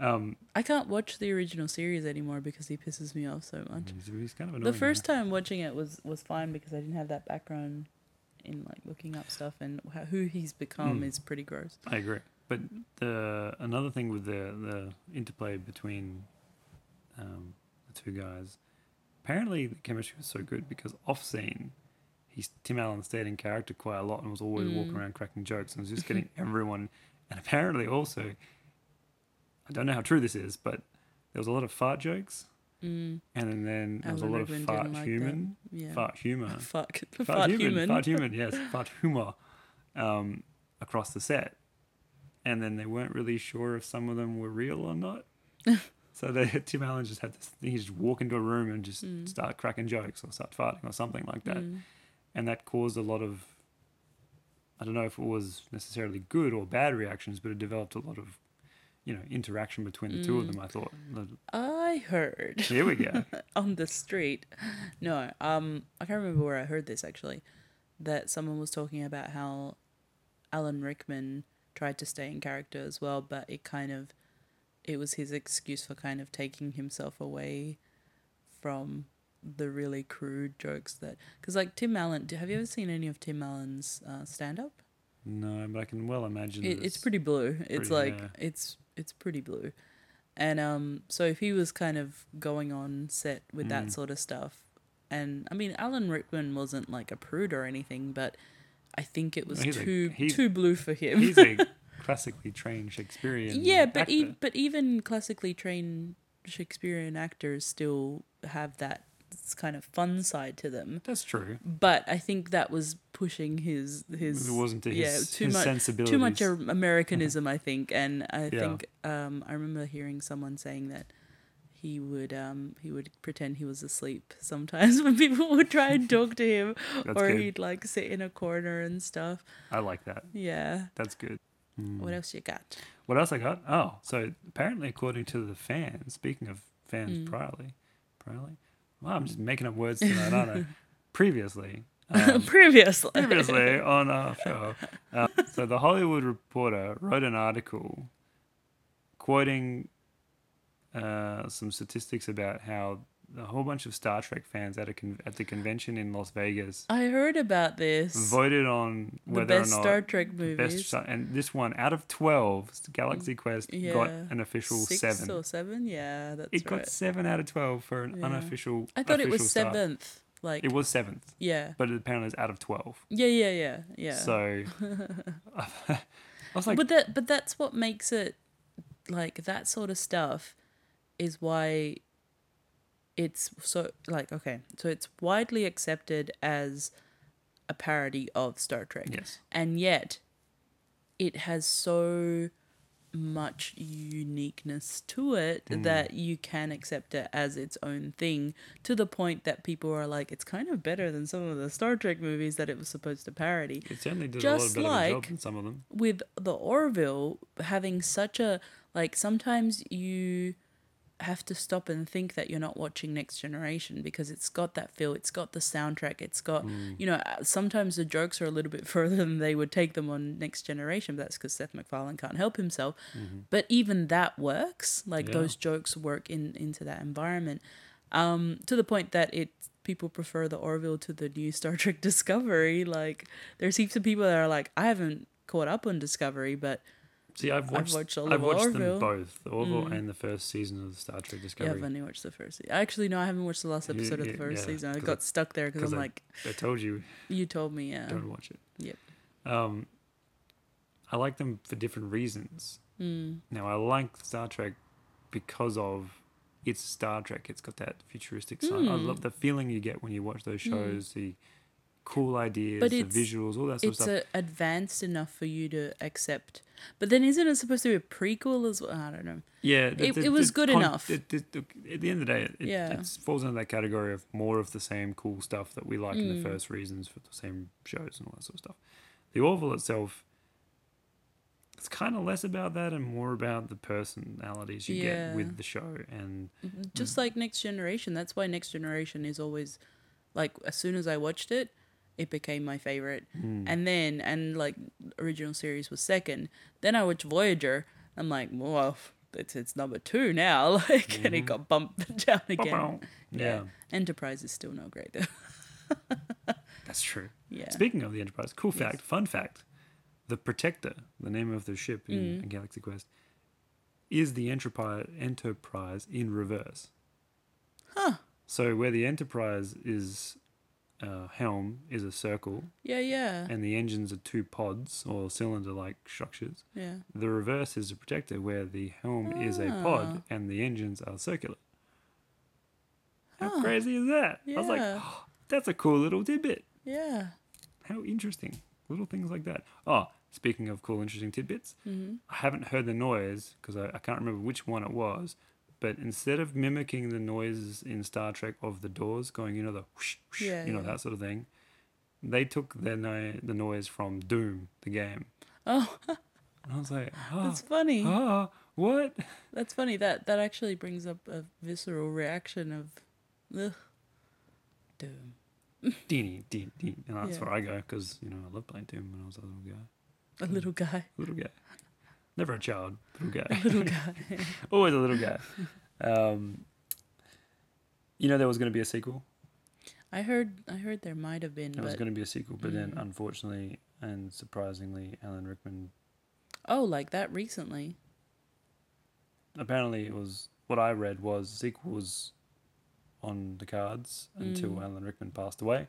[SPEAKER 1] Um,
[SPEAKER 2] I can't watch the original series anymore because he pisses me off so much.
[SPEAKER 1] he's, he's kind of annoying.
[SPEAKER 2] The first time watching it was was fine because I didn't have that background in like looking up stuff and wh- who he's become
[SPEAKER 1] Mm.
[SPEAKER 2] is pretty gross.
[SPEAKER 1] I agree. But the another thing with the the interplay between um, the two guys, apparently the chemistry was so good because off scene, he's Tim Allen stayed in character quite a lot and was always
[SPEAKER 2] Mm.
[SPEAKER 1] walking around cracking jokes and was just getting everyone. And apparently also, I don't know how true this is, but there was a lot of fart jokes,
[SPEAKER 2] Mm,
[SPEAKER 1] and then there was a
[SPEAKER 2] Alan
[SPEAKER 1] lot
[SPEAKER 2] Rickman
[SPEAKER 1] of
[SPEAKER 2] didn't
[SPEAKER 1] fart
[SPEAKER 2] like that.
[SPEAKER 1] human,
[SPEAKER 2] yeah.
[SPEAKER 1] fart humor,
[SPEAKER 2] Fuck. Fart,
[SPEAKER 1] Fat human,
[SPEAKER 2] human.
[SPEAKER 1] Fat human, yes, fat humor um, across the set. And then they weren't really sure if some of them were real or not. so they, Tim Allen just had this thing, he just walk into a room and just start cracking jokes or start farting or something like that.
[SPEAKER 2] Mm.
[SPEAKER 1] And that caused a lot of, I don't know if it was necessarily good or bad reactions, but it developed a lot of, you know, interaction between the two
[SPEAKER 2] Mm.
[SPEAKER 1] of them, I thought.
[SPEAKER 2] I heard.
[SPEAKER 1] Here we go.
[SPEAKER 2] on the street. No, um, I can't remember where I heard this actually. That someone was talking about how Alan Rickman tried to stay in character as well, but it kind of, it was his excuse for kind of taking himself away from the really crude jokes that, because like Tim Allen, have you ever seen any of Tim Allen's uh, stand up?
[SPEAKER 1] no, but I can well imagine
[SPEAKER 2] It,
[SPEAKER 1] that
[SPEAKER 2] it's pretty blue. It's
[SPEAKER 1] pretty,
[SPEAKER 2] like
[SPEAKER 1] yeah.
[SPEAKER 2] it's it's pretty blue, and um, so if he was kind of going on set with
[SPEAKER 1] Mm.
[SPEAKER 2] that sort of stuff, and I mean Alan Rickman wasn't like a prude or anything, but I think it was
[SPEAKER 1] he's a-
[SPEAKER 2] too
[SPEAKER 1] he's-
[SPEAKER 2] too blue for him.
[SPEAKER 1] He's a classically trained Shakespearean.
[SPEAKER 2] yeah, but
[SPEAKER 1] actor.
[SPEAKER 2] e- but even classically trained Shakespearean actors still have that s- kind of fun side to them.
[SPEAKER 1] That's true.
[SPEAKER 2] But I think that was pushing his his
[SPEAKER 1] It wasn't to his,
[SPEAKER 2] yeah, too
[SPEAKER 1] his
[SPEAKER 2] much-
[SPEAKER 1] sensibilities.
[SPEAKER 2] too much er Ar- Americanism, I think, and I
[SPEAKER 1] Yeah.
[SPEAKER 2] think um, I remember hearing someone saying that he would um, he would pretend he was asleep sometimes when people would try and talk to him,
[SPEAKER 1] That's
[SPEAKER 2] or
[SPEAKER 1] good.
[SPEAKER 2] he'd like sit in a corner and stuff.
[SPEAKER 1] I like that.
[SPEAKER 2] Yeah.
[SPEAKER 1] That's good. Hmm.
[SPEAKER 2] What else you got?
[SPEAKER 1] What else I got? Oh, so apparently, according to the fans, speaking of fans,
[SPEAKER 2] Hmm.
[SPEAKER 1] priorly, priorly, well, I'm just making up words tonight, aren't I? Previously, um,
[SPEAKER 2] Previously.
[SPEAKER 1] previously on our show, um, so the Hollywood Reporter wrote an article quoting uh, some statistics about how a whole bunch of Star Trek fans at a con- at the convention in Las Vegas
[SPEAKER 2] I heard about this.
[SPEAKER 1] voted on
[SPEAKER 2] The
[SPEAKER 1] whether
[SPEAKER 2] best
[SPEAKER 1] or not
[SPEAKER 2] Star Trek
[SPEAKER 1] the best
[SPEAKER 2] movies.
[SPEAKER 1] Star- and this one out of 12 galaxy quest got
[SPEAKER 2] yeah.
[SPEAKER 1] an official
[SPEAKER 2] Six
[SPEAKER 1] 7
[SPEAKER 2] or seven? Yeah, that's
[SPEAKER 1] it got
[SPEAKER 2] right.
[SPEAKER 1] 7 out of 12 for an
[SPEAKER 2] Yeah.
[SPEAKER 1] unofficial
[SPEAKER 2] I thought it was
[SPEAKER 1] official star.
[SPEAKER 2] seventh. Like,
[SPEAKER 1] it was 7th
[SPEAKER 2] yeah.
[SPEAKER 1] but it apparently is out of 12
[SPEAKER 2] Yeah, yeah, yeah, yeah.
[SPEAKER 1] so i was like
[SPEAKER 2] but that but that's what makes it like that sort of stuff is why it's so like okay so it's widely accepted as a parody of star trek
[SPEAKER 1] yes
[SPEAKER 2] and yet it has so much uniqueness to it that you can accept it as its own thing to the point that people are like it's kind of better than some of the star trek movies that it was supposed to parody
[SPEAKER 1] it certainly did
[SPEAKER 2] Just
[SPEAKER 1] a lot better job
[SPEAKER 2] like-
[SPEAKER 1] than some of them
[SPEAKER 2] with the Orville having such a like sometimes you have to stop and think that you're not watching Next Generation because it's got that feel, it's got the soundtrack, it's got, you know, uh, sometimes the jokes are a little bit further than they would take them on Next Generation, but that's because Seth MacFarlane can't help himself. But even that works. Like
[SPEAKER 1] Yeah.
[SPEAKER 2] those jokes work in into that environment um, to the point that it people prefer the Orville to the new Star Trek Discovery. Like there seems to be people that are like, I haven't caught up on Discovery, but
[SPEAKER 1] See, I've watched, I've
[SPEAKER 2] watched
[SPEAKER 1] watched,
[SPEAKER 2] all of Orville. Mm.
[SPEAKER 1] them both, Orville and the first season of the Star Trek
[SPEAKER 2] yeah,
[SPEAKER 1] Discovery.
[SPEAKER 2] I've only watched the first. Se- Actually, no, I haven't watched the last
[SPEAKER 1] You-
[SPEAKER 2] episode of the
[SPEAKER 1] you-
[SPEAKER 2] first
[SPEAKER 1] yeah,
[SPEAKER 2] season. I
[SPEAKER 1] 'cause
[SPEAKER 2] got stuck there because
[SPEAKER 1] 'cause
[SPEAKER 2] I'm
[SPEAKER 1] I-
[SPEAKER 2] like,
[SPEAKER 1] I told you,
[SPEAKER 2] you told me, yeah,
[SPEAKER 1] don't watch it.
[SPEAKER 2] yep,
[SPEAKER 1] Um, I like them for different reasons.
[SPEAKER 2] Hmm.
[SPEAKER 1] Mm. Now, I like Star Trek because of it's Star Trek. It's got that futuristic side.
[SPEAKER 2] Hmm.
[SPEAKER 1] I love the feeling you get when you watch those shows, the cool ideas,
[SPEAKER 2] But
[SPEAKER 1] the
[SPEAKER 2] it's-
[SPEAKER 1] visuals, all that sort of
[SPEAKER 2] it's
[SPEAKER 1] stuff.
[SPEAKER 2] uh advanced enough for you to accept. But then, isn't it supposed to be a prequel as well? I don't know.
[SPEAKER 1] yeah,
[SPEAKER 2] it- it was good enough.
[SPEAKER 1] it- it- look, at the end of the day, it,
[SPEAKER 2] Yeah.
[SPEAKER 1] it falls into that category of more of the same cool stuff that we like in
[SPEAKER 2] Mm.
[SPEAKER 1] the first reasons for the same shows and all that sort of stuff. The Orville itself, it's kind of less about that and more about the personalities you
[SPEAKER 2] Yeah.
[SPEAKER 1] get with the show and
[SPEAKER 2] just like Next Generation. That's why Next Generation is always like as soon as I watched it, it became my favorite. And then and like original series was second. Then I watched Voyager. I'm like, well, it's it's number two now. Like, and it got bumped down again.
[SPEAKER 1] Yeah,
[SPEAKER 2] Enterprise is still not great though.
[SPEAKER 1] that's true.
[SPEAKER 2] Yeah.
[SPEAKER 1] Speaking of the Enterprise, cool fact, fun fact: the Protector, the name of the ship
[SPEAKER 2] Mm.
[SPEAKER 1] in Galaxy Quest, is the Enterprise Enterprise in reverse.
[SPEAKER 2] Huh.
[SPEAKER 1] So where the Enterprise is uh, helm is a circle,
[SPEAKER 2] Yeah, yeah,
[SPEAKER 1] and the engines are two pods or cylinder-like structures.
[SPEAKER 2] yeah.
[SPEAKER 1] The reverse is the Protector, where the helm is a
[SPEAKER 2] Ah.
[SPEAKER 1] pod and the engines are circular. How crazy is that? I was like,
[SPEAKER 2] Yeah.
[SPEAKER 1] that's a cool little tidbit.
[SPEAKER 2] Yeah.
[SPEAKER 1] How interesting. Little things like that. Oh, speaking of cool, interesting tidbits,
[SPEAKER 2] Mm-hmm.
[SPEAKER 1] I haven't heard the noise because I, I can't remember which one it was. But instead of mimicking the noises in Star Trek of the doors going, you know, the whoosh, whoosh,
[SPEAKER 2] Yeah,
[SPEAKER 1] you know,
[SPEAKER 2] yeah.
[SPEAKER 1] that sort of thing, they took their no- the noise from Doom, the game.
[SPEAKER 2] Oh,
[SPEAKER 1] And I was like, oh,
[SPEAKER 2] that's funny.
[SPEAKER 1] oh what?
[SPEAKER 2] That's funny. That that actually brings up a visceral reaction of, ugh, doom.
[SPEAKER 1] Deeny, deeny, deeny. And that's
[SPEAKER 2] Yeah.
[SPEAKER 1] where I go because, you know, I love playing Doom when I was a little guy.
[SPEAKER 2] A little guy.
[SPEAKER 1] Little guy. Never a child, little guy.
[SPEAKER 2] Little guy.
[SPEAKER 1] Always a little guy. Um, you know there was going to be a sequel.
[SPEAKER 2] I heard I heard there might have been,
[SPEAKER 1] There was
[SPEAKER 2] but
[SPEAKER 1] going to be a sequel, but then
[SPEAKER 2] Mm.
[SPEAKER 1] unfortunately and surprisingly, Alan Rickman.
[SPEAKER 2] oh, like that recently.
[SPEAKER 1] Apparently, it was what I read was the sequel was on the cards until
[SPEAKER 2] Mm.
[SPEAKER 1] Alan Rickman passed away.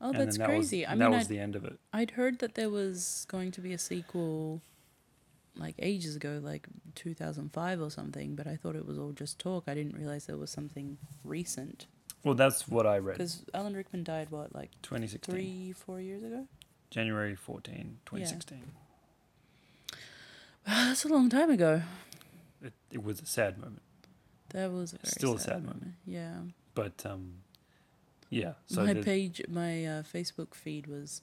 [SPEAKER 2] Oh, that's
[SPEAKER 1] that
[SPEAKER 2] crazy.
[SPEAKER 1] Was,
[SPEAKER 2] I
[SPEAKER 1] that
[SPEAKER 2] mean,
[SPEAKER 1] was
[SPEAKER 2] I'd,
[SPEAKER 1] the end of it.
[SPEAKER 2] I'd heard that there was going to be a sequel, like ages ago, like 2005 or something. But I thought it was all just talk. I didn't realize there was something recent
[SPEAKER 1] Well, that's what I read.
[SPEAKER 2] because Alan Rickman died what, like
[SPEAKER 1] 2016,
[SPEAKER 2] three, four years ago.
[SPEAKER 1] January 14, 2016.
[SPEAKER 2] that's a long time ago.
[SPEAKER 1] It, it was a sad moment,
[SPEAKER 2] That was a very
[SPEAKER 1] Still a sad
[SPEAKER 2] moment. Yeah.
[SPEAKER 1] but um, yeah. So
[SPEAKER 2] my
[SPEAKER 1] the-
[SPEAKER 2] page, my uh, Facebook feed was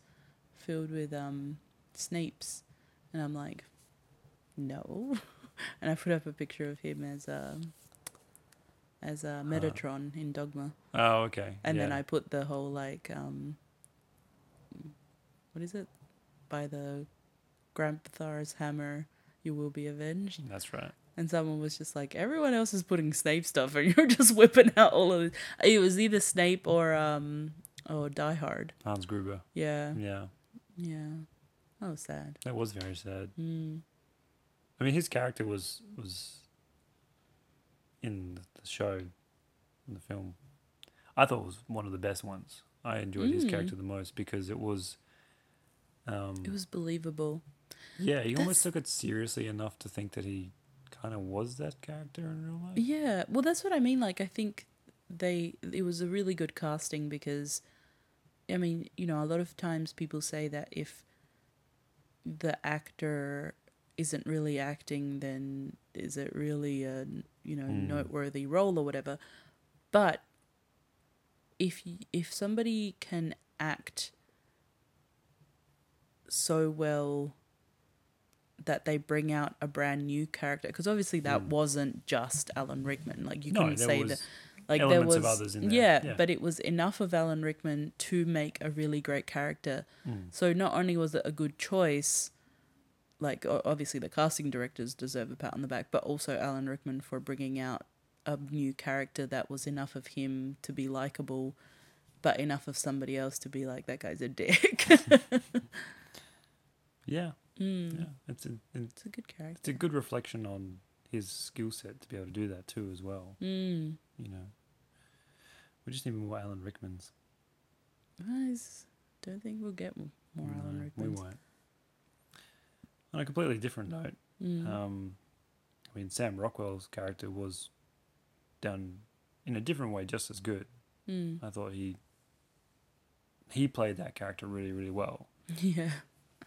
[SPEAKER 2] filled with um, Snape's, and I'm like, no. and I put up a picture of him as um as uh, Metatron in Dogma,
[SPEAKER 1] oh okay.
[SPEAKER 2] and then
[SPEAKER 1] Uh-huh. yeah.
[SPEAKER 2] I put the whole like, um, what is it? By the Grandpathar's hammer, you will be avenged.
[SPEAKER 1] That's right.
[SPEAKER 2] And someone was just like, everyone else is putting Snape stuff, and you're just whipping out all of this. It was either Snape or um or Die Hard.
[SPEAKER 1] Hans Gruber.
[SPEAKER 2] Yeah,
[SPEAKER 1] Yeah,
[SPEAKER 2] yeah. That was sad.
[SPEAKER 1] that was very sad.
[SPEAKER 2] Mm.
[SPEAKER 1] I mean, his character was was in the- the show, in the film. I thought it was one of the best ones. I enjoyed his
[SPEAKER 2] Mm.
[SPEAKER 1] character the most because it was, um,
[SPEAKER 2] It was believable.
[SPEAKER 1] yeah, he
[SPEAKER 2] that's-
[SPEAKER 1] almost took it seriously enough to think that he kind of was that character in real life.
[SPEAKER 2] Yeah. Well, that's what I mean. Like, I think they it was a really good casting because, I mean, you know, a lot of times people say that if the actor isn't really acting, then is it really a you know
[SPEAKER 1] Mm.
[SPEAKER 2] noteworthy role or whatever? But if y- if somebody can act so well that they bring out a brand new character because obviously that wasn't just Alan Rickman. Like you
[SPEAKER 1] Hmm. No,
[SPEAKER 2] couldn't
[SPEAKER 1] there
[SPEAKER 2] say
[SPEAKER 1] was
[SPEAKER 2] that. Like there
[SPEAKER 1] elements
[SPEAKER 2] was
[SPEAKER 1] of others in there.
[SPEAKER 2] Yeah,
[SPEAKER 1] Yeah.
[SPEAKER 2] but it was enough of Alan Rickman to make a really great character.
[SPEAKER 1] Mm.
[SPEAKER 2] So not only was it a good choice, like o- obviously the casting directors deserve a pat on the back, but also Alan Rickman for bringing out a new character that was enough of him to be likable, but enough of somebody else to be like that guy's a dick.
[SPEAKER 1] Yeah. Yeah. It's a it's
[SPEAKER 2] Mm. it's a good character.
[SPEAKER 1] it's a good reflection on his skill set to be able to do that too as well.
[SPEAKER 2] Mm.
[SPEAKER 1] You know. We just need more Alan Rickmans.
[SPEAKER 2] I s- don't think we'll get m- more
[SPEAKER 1] No,
[SPEAKER 2] Alan
[SPEAKER 1] Mm, We
[SPEAKER 2] Rickmans.
[SPEAKER 1] won't. On a completely different note,
[SPEAKER 2] Mm.
[SPEAKER 1] um, I mean Sam Rockwell's character was done in a different way just as good.
[SPEAKER 2] Mm.
[SPEAKER 1] I thought he he played that character really, really well.
[SPEAKER 2] Yeah.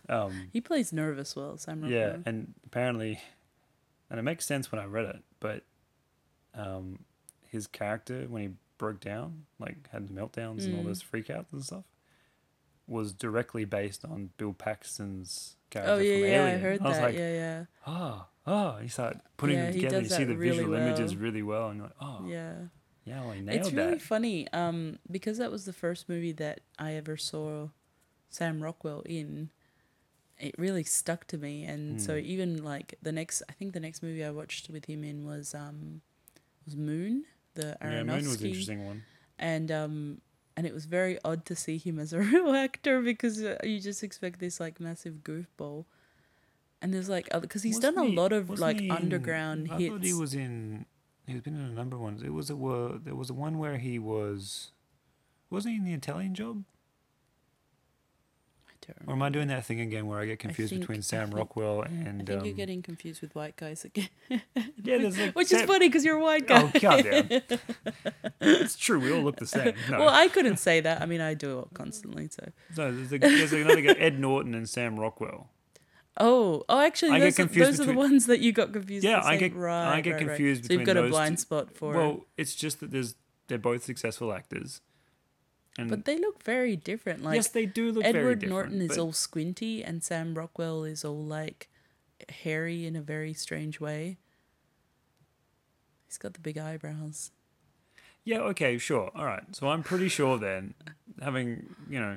[SPEAKER 1] Um
[SPEAKER 2] He plays nervous well, Sam Rockwell.
[SPEAKER 1] Yeah, and uh, apparently, and it makes sense when I read it, but um, his character when he broke down, like had meltdowns and all
[SPEAKER 2] Mm.
[SPEAKER 1] those freakouts and stuff, was directly based on Bill Paxton's character
[SPEAKER 2] Oh yeah,
[SPEAKER 1] from
[SPEAKER 2] yeah,
[SPEAKER 1] Alien.
[SPEAKER 2] I heard
[SPEAKER 1] I was
[SPEAKER 2] that.
[SPEAKER 1] like,
[SPEAKER 2] yeah, yeah,
[SPEAKER 1] ah, ah, you start putting
[SPEAKER 2] Yeah,
[SPEAKER 1] them
[SPEAKER 2] he
[SPEAKER 1] together, and you
[SPEAKER 2] does
[SPEAKER 1] see
[SPEAKER 2] that
[SPEAKER 1] the
[SPEAKER 2] really
[SPEAKER 1] visual images
[SPEAKER 2] well.
[SPEAKER 1] really well, and you're like, oh, yeah,
[SPEAKER 2] yeah.
[SPEAKER 1] well, he nailed
[SPEAKER 2] It's really
[SPEAKER 1] that.
[SPEAKER 2] funny um, because that was the first movie that I ever saw Sam Rockwell in. It really stuck to me, and so
[SPEAKER 1] Mm.
[SPEAKER 2] even like the next, I think the next movie I watched with him in was um, was Moon, the Aronofsky,
[SPEAKER 1] Yeah, Moon was an interesting one.
[SPEAKER 2] and um, and it was very odd to see him as a real actor because uh, you just expect this like massive goofball, and there's like because he's
[SPEAKER 1] Wasn't
[SPEAKER 2] done
[SPEAKER 1] he-
[SPEAKER 2] a lot of
[SPEAKER 1] wasn't
[SPEAKER 2] like
[SPEAKER 1] he in-
[SPEAKER 2] underground
[SPEAKER 1] I
[SPEAKER 2] hits.
[SPEAKER 1] thought he was in. He's been in a number of ones. It was a were there was a one where he was. Wasn't he in the Italian job?
[SPEAKER 2] I don't
[SPEAKER 1] Or am I doing that thing again where I get confused
[SPEAKER 2] think-
[SPEAKER 1] between
[SPEAKER 2] I
[SPEAKER 1] Sam
[SPEAKER 2] think-
[SPEAKER 1] Rockwell
[SPEAKER 2] I
[SPEAKER 1] and?
[SPEAKER 2] think
[SPEAKER 1] um,
[SPEAKER 2] you're getting confused with white guys again.
[SPEAKER 1] yeah, there's a
[SPEAKER 2] Which is
[SPEAKER 1] Sam-
[SPEAKER 2] funny because you're a white guy.
[SPEAKER 1] Oh goddamn! it's true. We all look the same. No,
[SPEAKER 2] Well, I couldn't say that. I mean, I do it constantly. So,
[SPEAKER 1] no there's, a, there's another guy, Ed Norton and Sam Rockwell.
[SPEAKER 2] oh, oh, actually,
[SPEAKER 1] I get
[SPEAKER 2] those, are,
[SPEAKER 1] confused
[SPEAKER 2] those are the
[SPEAKER 1] between-
[SPEAKER 2] ones that you got confused.
[SPEAKER 1] Yeah,
[SPEAKER 2] with.
[SPEAKER 1] I
[SPEAKER 2] so-
[SPEAKER 1] get- I
[SPEAKER 2] right,
[SPEAKER 1] get
[SPEAKER 2] right, right.
[SPEAKER 1] confused
[SPEAKER 2] So you've
[SPEAKER 1] between
[SPEAKER 2] got a
[SPEAKER 1] those
[SPEAKER 2] blind
[SPEAKER 1] two.
[SPEAKER 2] spot for
[SPEAKER 1] well,
[SPEAKER 2] it,
[SPEAKER 1] it's just that there's they're both successful actors, and
[SPEAKER 2] but they look very different. Like
[SPEAKER 1] mm. yes, they do look very
[SPEAKER 2] Edward
[SPEAKER 1] different.
[SPEAKER 2] Norton is
[SPEAKER 1] but-
[SPEAKER 2] all squinty, and Sam Rockwell is all like hairy in a very strange way. He's got the big eyebrows.
[SPEAKER 1] Yeah, okay, sure. All right. So I'm pretty sure then, having, you know,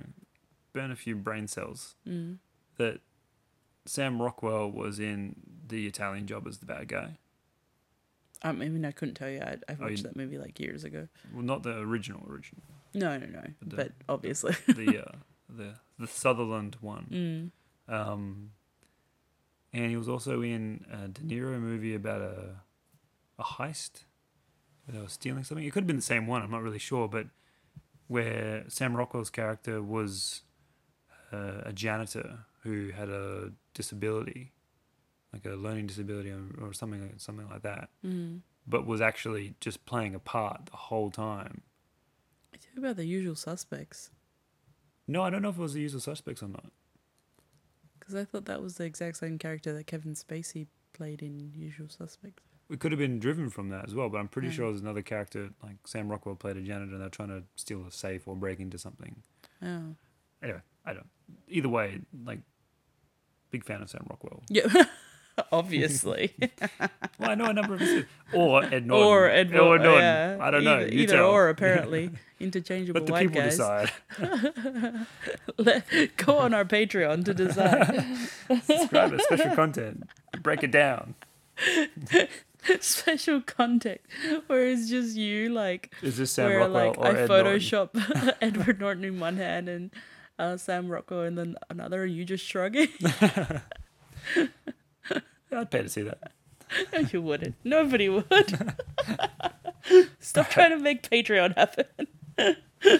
[SPEAKER 1] burned a few brain cells,
[SPEAKER 2] Mm.
[SPEAKER 1] that Sam Rockwell was in the Italian job as the bad guy.
[SPEAKER 2] I mean, I couldn't tell you. I, I
[SPEAKER 1] Oh, you-
[SPEAKER 2] watched that movie like years ago.
[SPEAKER 1] Well, not the original, original.
[SPEAKER 2] No, no, no.
[SPEAKER 1] But the-
[SPEAKER 2] but obviously.
[SPEAKER 1] The, uh, the, the Sutherland one.
[SPEAKER 2] Mm.
[SPEAKER 1] Um, and he was also in a De Niro movie about a, a heist where they were stealing something. It could have been the same one, I'm not really sure, but where Sam Rockwell's character was uh, a janitor who had a disability, like a learning disability or, or something, something like that,
[SPEAKER 2] Mm.
[SPEAKER 1] but was actually just playing a part the whole time.
[SPEAKER 2] What about the usual suspects?
[SPEAKER 1] No, I don't know if it was the usual suspects or not.
[SPEAKER 2] Because I thought that was the exact same character that Kevin Spacey played in Usual Suspects.
[SPEAKER 1] It could have been driven from that as well, but I'm pretty
[SPEAKER 2] Yeah.
[SPEAKER 1] sure there's another character like Sam Rockwell played a janitor and they're trying to steal a safe or break into something.
[SPEAKER 2] Oh.
[SPEAKER 1] Anyway, I don't. Either way, like, big fan of Sam Rockwell.
[SPEAKER 2] Yeah. Obviously.
[SPEAKER 1] Well, I know a number of his, or Ed Norton,
[SPEAKER 2] or Edward.
[SPEAKER 1] or Norton.
[SPEAKER 2] yeah.
[SPEAKER 1] I don't know.
[SPEAKER 2] Either,
[SPEAKER 1] you
[SPEAKER 2] either
[SPEAKER 1] tell.
[SPEAKER 2] or, apparently. Interchangeable
[SPEAKER 1] Let the
[SPEAKER 2] white
[SPEAKER 1] people
[SPEAKER 2] guys.
[SPEAKER 1] decide.
[SPEAKER 2] Let- Go on our Patreon to decide.
[SPEAKER 1] Subscribe to special content. Break it down.
[SPEAKER 2] Special content where it's just you, like,
[SPEAKER 1] Is this Sam
[SPEAKER 2] where
[SPEAKER 1] Rockwell
[SPEAKER 2] like
[SPEAKER 1] or
[SPEAKER 2] I
[SPEAKER 1] Ed Norton?
[SPEAKER 2] Photoshop Edward Norton in one hand and uh, Sam Rockwell in the, another, and you just shrugging.
[SPEAKER 1] I'd pay to see that.
[SPEAKER 2] No, you wouldn't. Nobody would. Stop trying to make Patreon happen.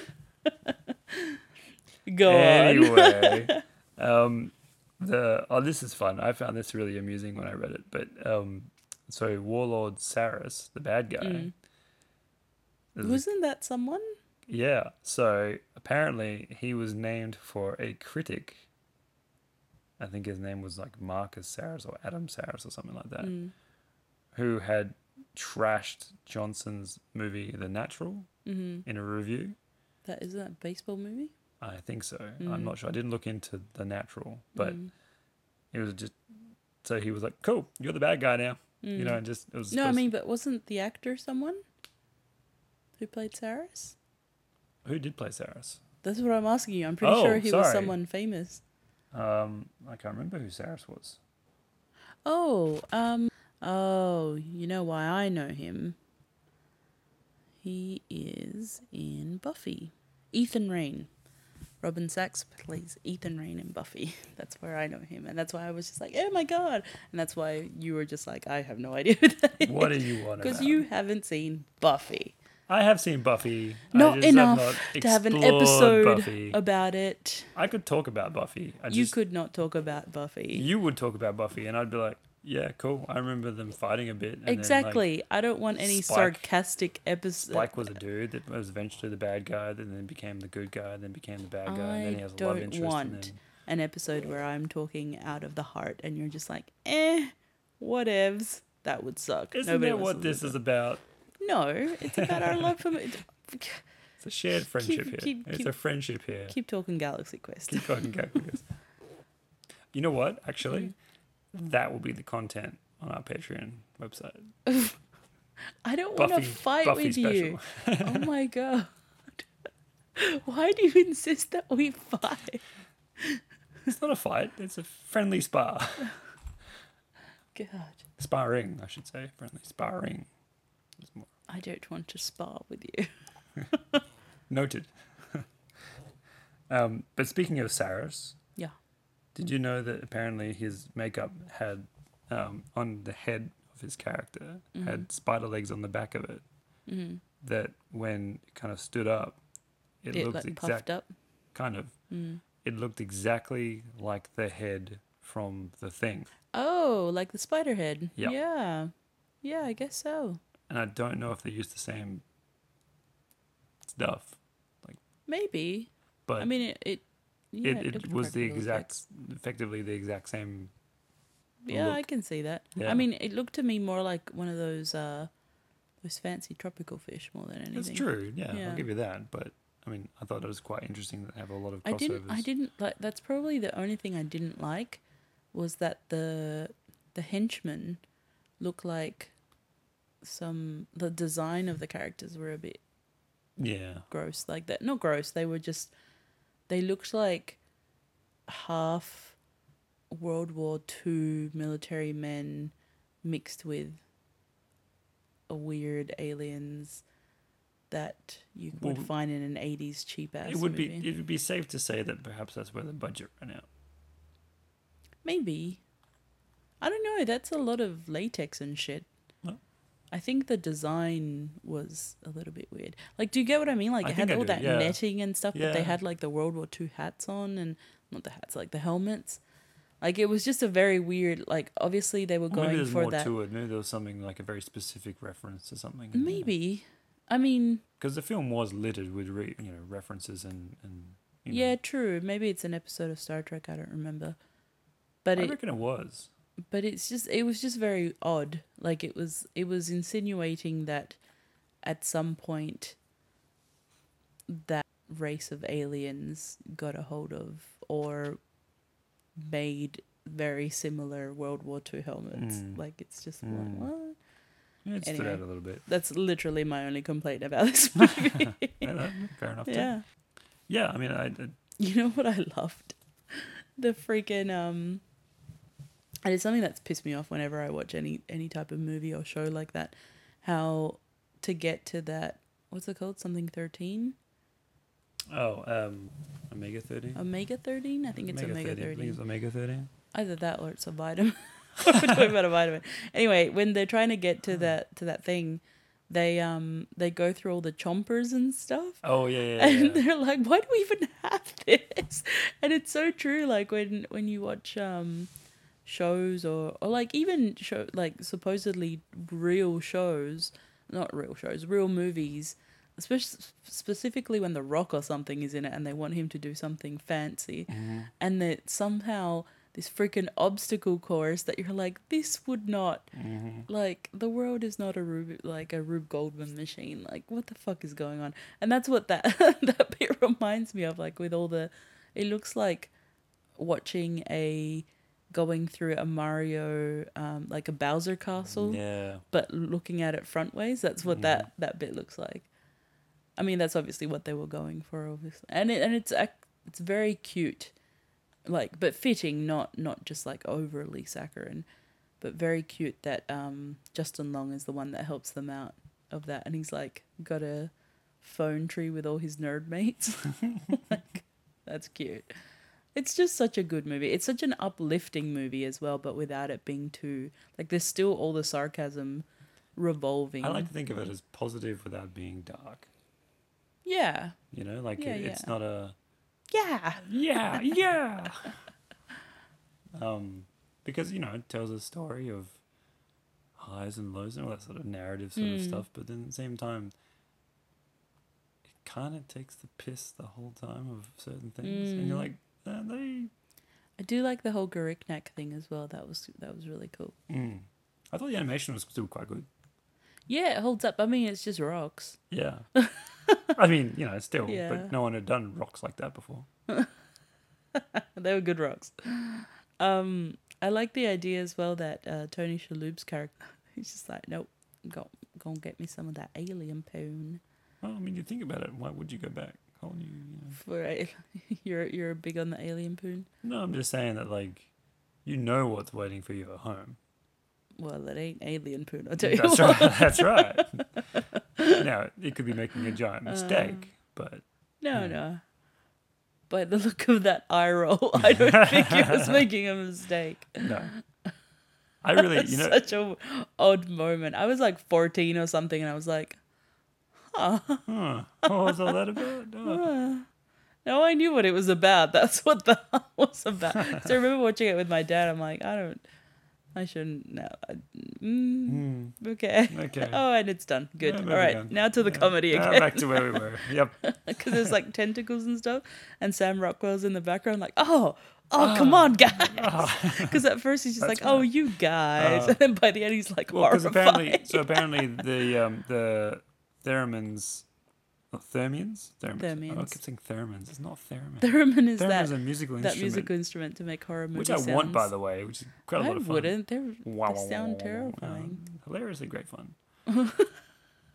[SPEAKER 2] Go on.
[SPEAKER 1] anyway, um, the oh, this is fun. I found this really amusing when I read it. But um, so Warlord Saris, the bad guy, is-
[SPEAKER 2] Wasn't that someone?
[SPEAKER 1] yeah. So apparently he was named for a critic. I think his name was like Marcus Saris or Adam Saris or something like that,
[SPEAKER 2] Mm.
[SPEAKER 1] who had trashed Johnson's movie The Natural
[SPEAKER 2] Mm-hmm.
[SPEAKER 1] in a review.
[SPEAKER 2] That is that a baseball movie.
[SPEAKER 1] I think so.
[SPEAKER 2] Mm.
[SPEAKER 1] I'm not sure. I didn't look into The Natural, but
[SPEAKER 2] Mm.
[SPEAKER 1] it was just So he was like, "Cool, you're the bad guy now." You know, and just it was
[SPEAKER 2] Mm. No, I
[SPEAKER 1] supposed-
[SPEAKER 2] mean, but wasn't the actor someone who played Cyrus?
[SPEAKER 1] who did play Saris?
[SPEAKER 2] That's what I'm asking you. I'm pretty
[SPEAKER 1] Oh,
[SPEAKER 2] sure he was
[SPEAKER 1] sorry.
[SPEAKER 2] someone famous.
[SPEAKER 1] Um, I can't remember who Saris was.
[SPEAKER 2] Oh, um, oh, you know why I know him. He is in Buffy. Ethan Rain. Robin Sachs plays Ethan Rain in Buffy. That's where I know him, and that's why I was just like, "Oh my god!" And that's why you were just like, "I have no idea who that is."
[SPEAKER 1] What are you on
[SPEAKER 2] Because
[SPEAKER 1] about?
[SPEAKER 2] you haven't seen Buffy.
[SPEAKER 1] I have seen Buffy. I
[SPEAKER 2] Not
[SPEAKER 1] just have
[SPEAKER 2] enough
[SPEAKER 1] not
[SPEAKER 2] to have an
[SPEAKER 1] explored
[SPEAKER 2] episode
[SPEAKER 1] Buffy.
[SPEAKER 2] about it.
[SPEAKER 1] I could talk about Buffy. I
[SPEAKER 2] you
[SPEAKER 1] just,
[SPEAKER 2] could not talk about Buffy.
[SPEAKER 1] you would talk about Buffy, and I'd be like, "Yeah, cool. I remember them fighting a bit." And then, like,
[SPEAKER 2] exactly. I don't want any
[SPEAKER 1] Spike-
[SPEAKER 2] sarcastic episode.
[SPEAKER 1] Spike was a dude that was eventually the bad guy, then then became the good guy, then became the bad guy, and then
[SPEAKER 2] I
[SPEAKER 1] he has a love
[SPEAKER 2] don't
[SPEAKER 1] interest. And
[SPEAKER 2] want
[SPEAKER 1] then,
[SPEAKER 2] an episode where I'm talking out of the heart and you're just like, eh, whatevs. That would suck.
[SPEAKER 1] isn't
[SPEAKER 2] Nobody
[SPEAKER 1] that
[SPEAKER 2] wants
[SPEAKER 1] what
[SPEAKER 2] to
[SPEAKER 1] this
[SPEAKER 2] listen.
[SPEAKER 1] is about?
[SPEAKER 2] No, it's about our love for.
[SPEAKER 1] It's a shared friendship here.
[SPEAKER 2] keep-
[SPEAKER 1] it's
[SPEAKER 2] keep-
[SPEAKER 1] a friendship here.
[SPEAKER 2] Keep talking Galaxy Quest.
[SPEAKER 1] Keep fucking calculus. You know what? Actually, that will be the content on our Patreon website.
[SPEAKER 2] I don't want to
[SPEAKER 1] Buffy-
[SPEAKER 2] fight
[SPEAKER 1] Buffy
[SPEAKER 2] with you. oh my god. Why do you insist that we fight?
[SPEAKER 1] It's not a fight. It's a friendly spar,
[SPEAKER 2] God,
[SPEAKER 1] sparring, I should say. Friendly sparring. It's more-
[SPEAKER 2] I don't want to spar with you.
[SPEAKER 1] Noted. um, but speaking of Saris,
[SPEAKER 2] Yeah.
[SPEAKER 1] Did you know that apparently his makeup had um, on the head of his character
[SPEAKER 2] Mm-hmm.
[SPEAKER 1] had spider legs on the back of it?
[SPEAKER 2] Mm.
[SPEAKER 1] That when it kind of stood up, it,
[SPEAKER 2] It,
[SPEAKER 1] looked
[SPEAKER 2] like puffed
[SPEAKER 1] exact
[SPEAKER 2] up.
[SPEAKER 1] kind of.
[SPEAKER 2] Mm.
[SPEAKER 1] It looked exactly like the head from the thing,
[SPEAKER 2] Oh, like the spider head.
[SPEAKER 1] Yeah.
[SPEAKER 2] Yeah. Yeah, I guess so.
[SPEAKER 1] and I don't know if they used the same stuff,
[SPEAKER 2] Maybe.
[SPEAKER 1] but
[SPEAKER 2] I mean, it. it yeah,
[SPEAKER 1] it, it,
[SPEAKER 2] looked
[SPEAKER 1] was the
[SPEAKER 2] practically like-
[SPEAKER 1] exact, effectively the exact same.
[SPEAKER 2] Yeah, I
[SPEAKER 1] look.
[SPEAKER 2] can see that. I
[SPEAKER 1] Yeah.
[SPEAKER 2] mean, it looked to me more like one of those uh, those fancy tropical fish more than anything.
[SPEAKER 1] It's true, yeah,
[SPEAKER 2] Yeah.
[SPEAKER 1] I'll give you that. But I mean, I thought it was quite interesting that they have a lot of
[SPEAKER 2] I
[SPEAKER 1] crossovers.
[SPEAKER 2] didn't. I didn't like. That's probably the only thing I didn't like was that the the henchmen look like some. The design of the characters were a bit
[SPEAKER 1] Yeah.
[SPEAKER 2] gross like that. Not gross. They were just. They looked like half World War Two military men mixed with a weird aliens that you would
[SPEAKER 1] Well,
[SPEAKER 2] find in an eighties cheap ass.
[SPEAKER 1] it would
[SPEAKER 2] movie.
[SPEAKER 1] be it would be safe to say that perhaps that's where the budget ran out.
[SPEAKER 2] Maybe. I don't know. That's a lot of latex and shit.
[SPEAKER 1] No.
[SPEAKER 2] I think the design was a little bit weird. Like, do you get what I mean? Like,
[SPEAKER 1] I
[SPEAKER 2] it had
[SPEAKER 1] think I
[SPEAKER 2] all
[SPEAKER 1] do,
[SPEAKER 2] that
[SPEAKER 1] yeah.
[SPEAKER 2] netting and stuff, but they
[SPEAKER 1] Yeah.
[SPEAKER 2] had like the World War Two hats on and not the hats, like the helmets. Like, it was just a very weird. Like, obviously they were
[SPEAKER 1] Or maybe
[SPEAKER 2] going
[SPEAKER 1] there's
[SPEAKER 2] for
[SPEAKER 1] more
[SPEAKER 2] that.
[SPEAKER 1] to it. Maybe there was something like a very specific reference to something.
[SPEAKER 2] Maybe. I mean,
[SPEAKER 1] because the film was littered with re, you know references and and you know,
[SPEAKER 2] yeah, true. Maybe it's an episode of Star Trek. I don't remember. But
[SPEAKER 1] I
[SPEAKER 2] it,
[SPEAKER 1] reckon it was.
[SPEAKER 2] but it's just it was just very odd like it was it was insinuating that at some point that race of aliens got a hold of or made very similar world war ii helmets
[SPEAKER 1] Mm.
[SPEAKER 2] like it's just
[SPEAKER 1] Mm.
[SPEAKER 2] like what
[SPEAKER 1] Yeah, It stood
[SPEAKER 2] Anyway.
[SPEAKER 1] out a little bit.
[SPEAKER 2] that's literally my only complaint about this movie
[SPEAKER 1] Yeah, that- fair enough. Yeah.
[SPEAKER 2] yeah
[SPEAKER 1] Yeah. I mean, I, I
[SPEAKER 2] You know what I loved? The freaking um and it's something that's pissed me off whenever I watch any any type of movie or show like that. How to get to that what's it called? Something thirteen?
[SPEAKER 1] oh um, omega thirteen.
[SPEAKER 2] Omega thirteen? Oh, I think it's omega
[SPEAKER 1] I think
[SPEAKER 2] thirteen.
[SPEAKER 1] it's omega thirteen.
[SPEAKER 2] Either that or it's a vitamin. We're talking about a vitamin. Anyway, when they're trying to get to that to that thing, they um they go through all the chompers and stuff.
[SPEAKER 1] Oh yeah, yeah, yeah.
[SPEAKER 2] and they're like why do we even have this and it's so true like when when you watch um shows or or like even show like supposedly real shows not real shows real movies especially specifically when the rock or something is in it and they want him to do something fancy and that somehow this freaking obstacle course that you're like this would not like the world is not a Rube, like a Rube Goldman machine. Like what the fuck is going on? And that's what that that bit reminds me of. Like with all the, it looks like watching a going through a Mario, um, like a Bowser castle,
[SPEAKER 1] Yeah.
[SPEAKER 2] but looking at it front ways. That's what
[SPEAKER 1] Mhm.
[SPEAKER 2] that that bit looks like. I mean, that's obviously what they were going for, obviously, and it and it's ac- it's very cute, like but fitting, not not just like overly saccharine, but very cute. That um, Justin Long is the one that helps them out of that, and he's like got a phone tree with all his nerd mates. like, that's cute. It's just such a good movie. It's such an uplifting movie as well, but without it being too like there's still all the sarcasm revolving.
[SPEAKER 1] I like to think of it as positive without being dark.
[SPEAKER 2] Yeah.
[SPEAKER 1] You know, like
[SPEAKER 2] Yeah,
[SPEAKER 1] it, it's
[SPEAKER 2] yeah.
[SPEAKER 1] not a
[SPEAKER 2] Yeah.
[SPEAKER 1] yeah, yeah. um, because you know it tells a story of highs and lows and all that sort of narrative sort of
[SPEAKER 2] Mm.
[SPEAKER 1] stuff, but then at the same time, it kind of takes the piss the whole time of certain things, and you're
[SPEAKER 2] Mm.
[SPEAKER 1] like, "Ah, they.
[SPEAKER 2] I do like the whole Gariknak thing as well. That was that was really cool.
[SPEAKER 1] Mm. I thought the animation was still quite good.
[SPEAKER 2] Yeah, it holds up. I mean, it's just rocks.
[SPEAKER 1] Yeah. I mean, you know, still,
[SPEAKER 2] Yeah.
[SPEAKER 1] but no one had done rocks like that before.
[SPEAKER 2] they were good rocks. Um, I like the idea as well that uh, Tony Shalhoub's character, he's just like, nope, go gonna get me some of that alien poon
[SPEAKER 1] Well, I mean, you think about it, why would you go back? Whole new, you know.
[SPEAKER 2] for a, you're you're big on the alien poon.
[SPEAKER 1] No, I'm just saying that, like, you know what's waiting for you at home.
[SPEAKER 2] Well, that ain't alien poon. I tell you
[SPEAKER 1] That's
[SPEAKER 2] what.
[SPEAKER 1] right. That's right. now, it could be making a giant
[SPEAKER 2] Uh,
[SPEAKER 1] mistake, but
[SPEAKER 2] No,
[SPEAKER 1] Yeah.
[SPEAKER 2] no. By the look of that eye roll, I don't think he was making a mistake.
[SPEAKER 1] no. I really, you know,
[SPEAKER 2] Such a odd moment. I was like 14 or something, and I was like,
[SPEAKER 1] huh, what was all that about? No.
[SPEAKER 2] no, I knew what it was about. That's what the hell was about. Because I remember watching it with my dad. I'm like, I don't, I shouldn't. No, I, mm,
[SPEAKER 1] Hmm,
[SPEAKER 2] okay.
[SPEAKER 1] okay.
[SPEAKER 2] Oh, and it's done. Good.
[SPEAKER 1] Hmm. Yeah,
[SPEAKER 2] All
[SPEAKER 1] moving
[SPEAKER 2] right,
[SPEAKER 1] on.
[SPEAKER 2] now to the
[SPEAKER 1] Yeah.
[SPEAKER 2] comedy
[SPEAKER 1] Ah,
[SPEAKER 2] again.
[SPEAKER 1] back to where we were. Yep.
[SPEAKER 2] because there's like tentacles and stuff, and Sam Rockwell's in the background, like, oh, oh, come on, guys. Because at first he's just like, oh, you guys,
[SPEAKER 1] Oh.
[SPEAKER 2] and then by the end he's like,
[SPEAKER 1] Well, because
[SPEAKER 2] horrified.
[SPEAKER 1] apparently, so apparently the um, the theremins, not thermians, theremins. Oh, I
[SPEAKER 2] Thermians.
[SPEAKER 1] keep saying theremins. It's not theremin.
[SPEAKER 2] theremin is
[SPEAKER 1] theremin
[SPEAKER 2] that
[SPEAKER 1] is a musical
[SPEAKER 2] that
[SPEAKER 1] instrument,
[SPEAKER 2] musical instrument to make horror movies.
[SPEAKER 1] which I want, by the way, which is quite a
[SPEAKER 2] I
[SPEAKER 1] lot of fun.
[SPEAKER 2] wouldn't. They're,
[SPEAKER 1] Wow,
[SPEAKER 2] they
[SPEAKER 1] wow, wow,
[SPEAKER 2] sound
[SPEAKER 1] wow, wow, wow. Um,
[SPEAKER 2] terrifying.
[SPEAKER 1] hilariously great fun.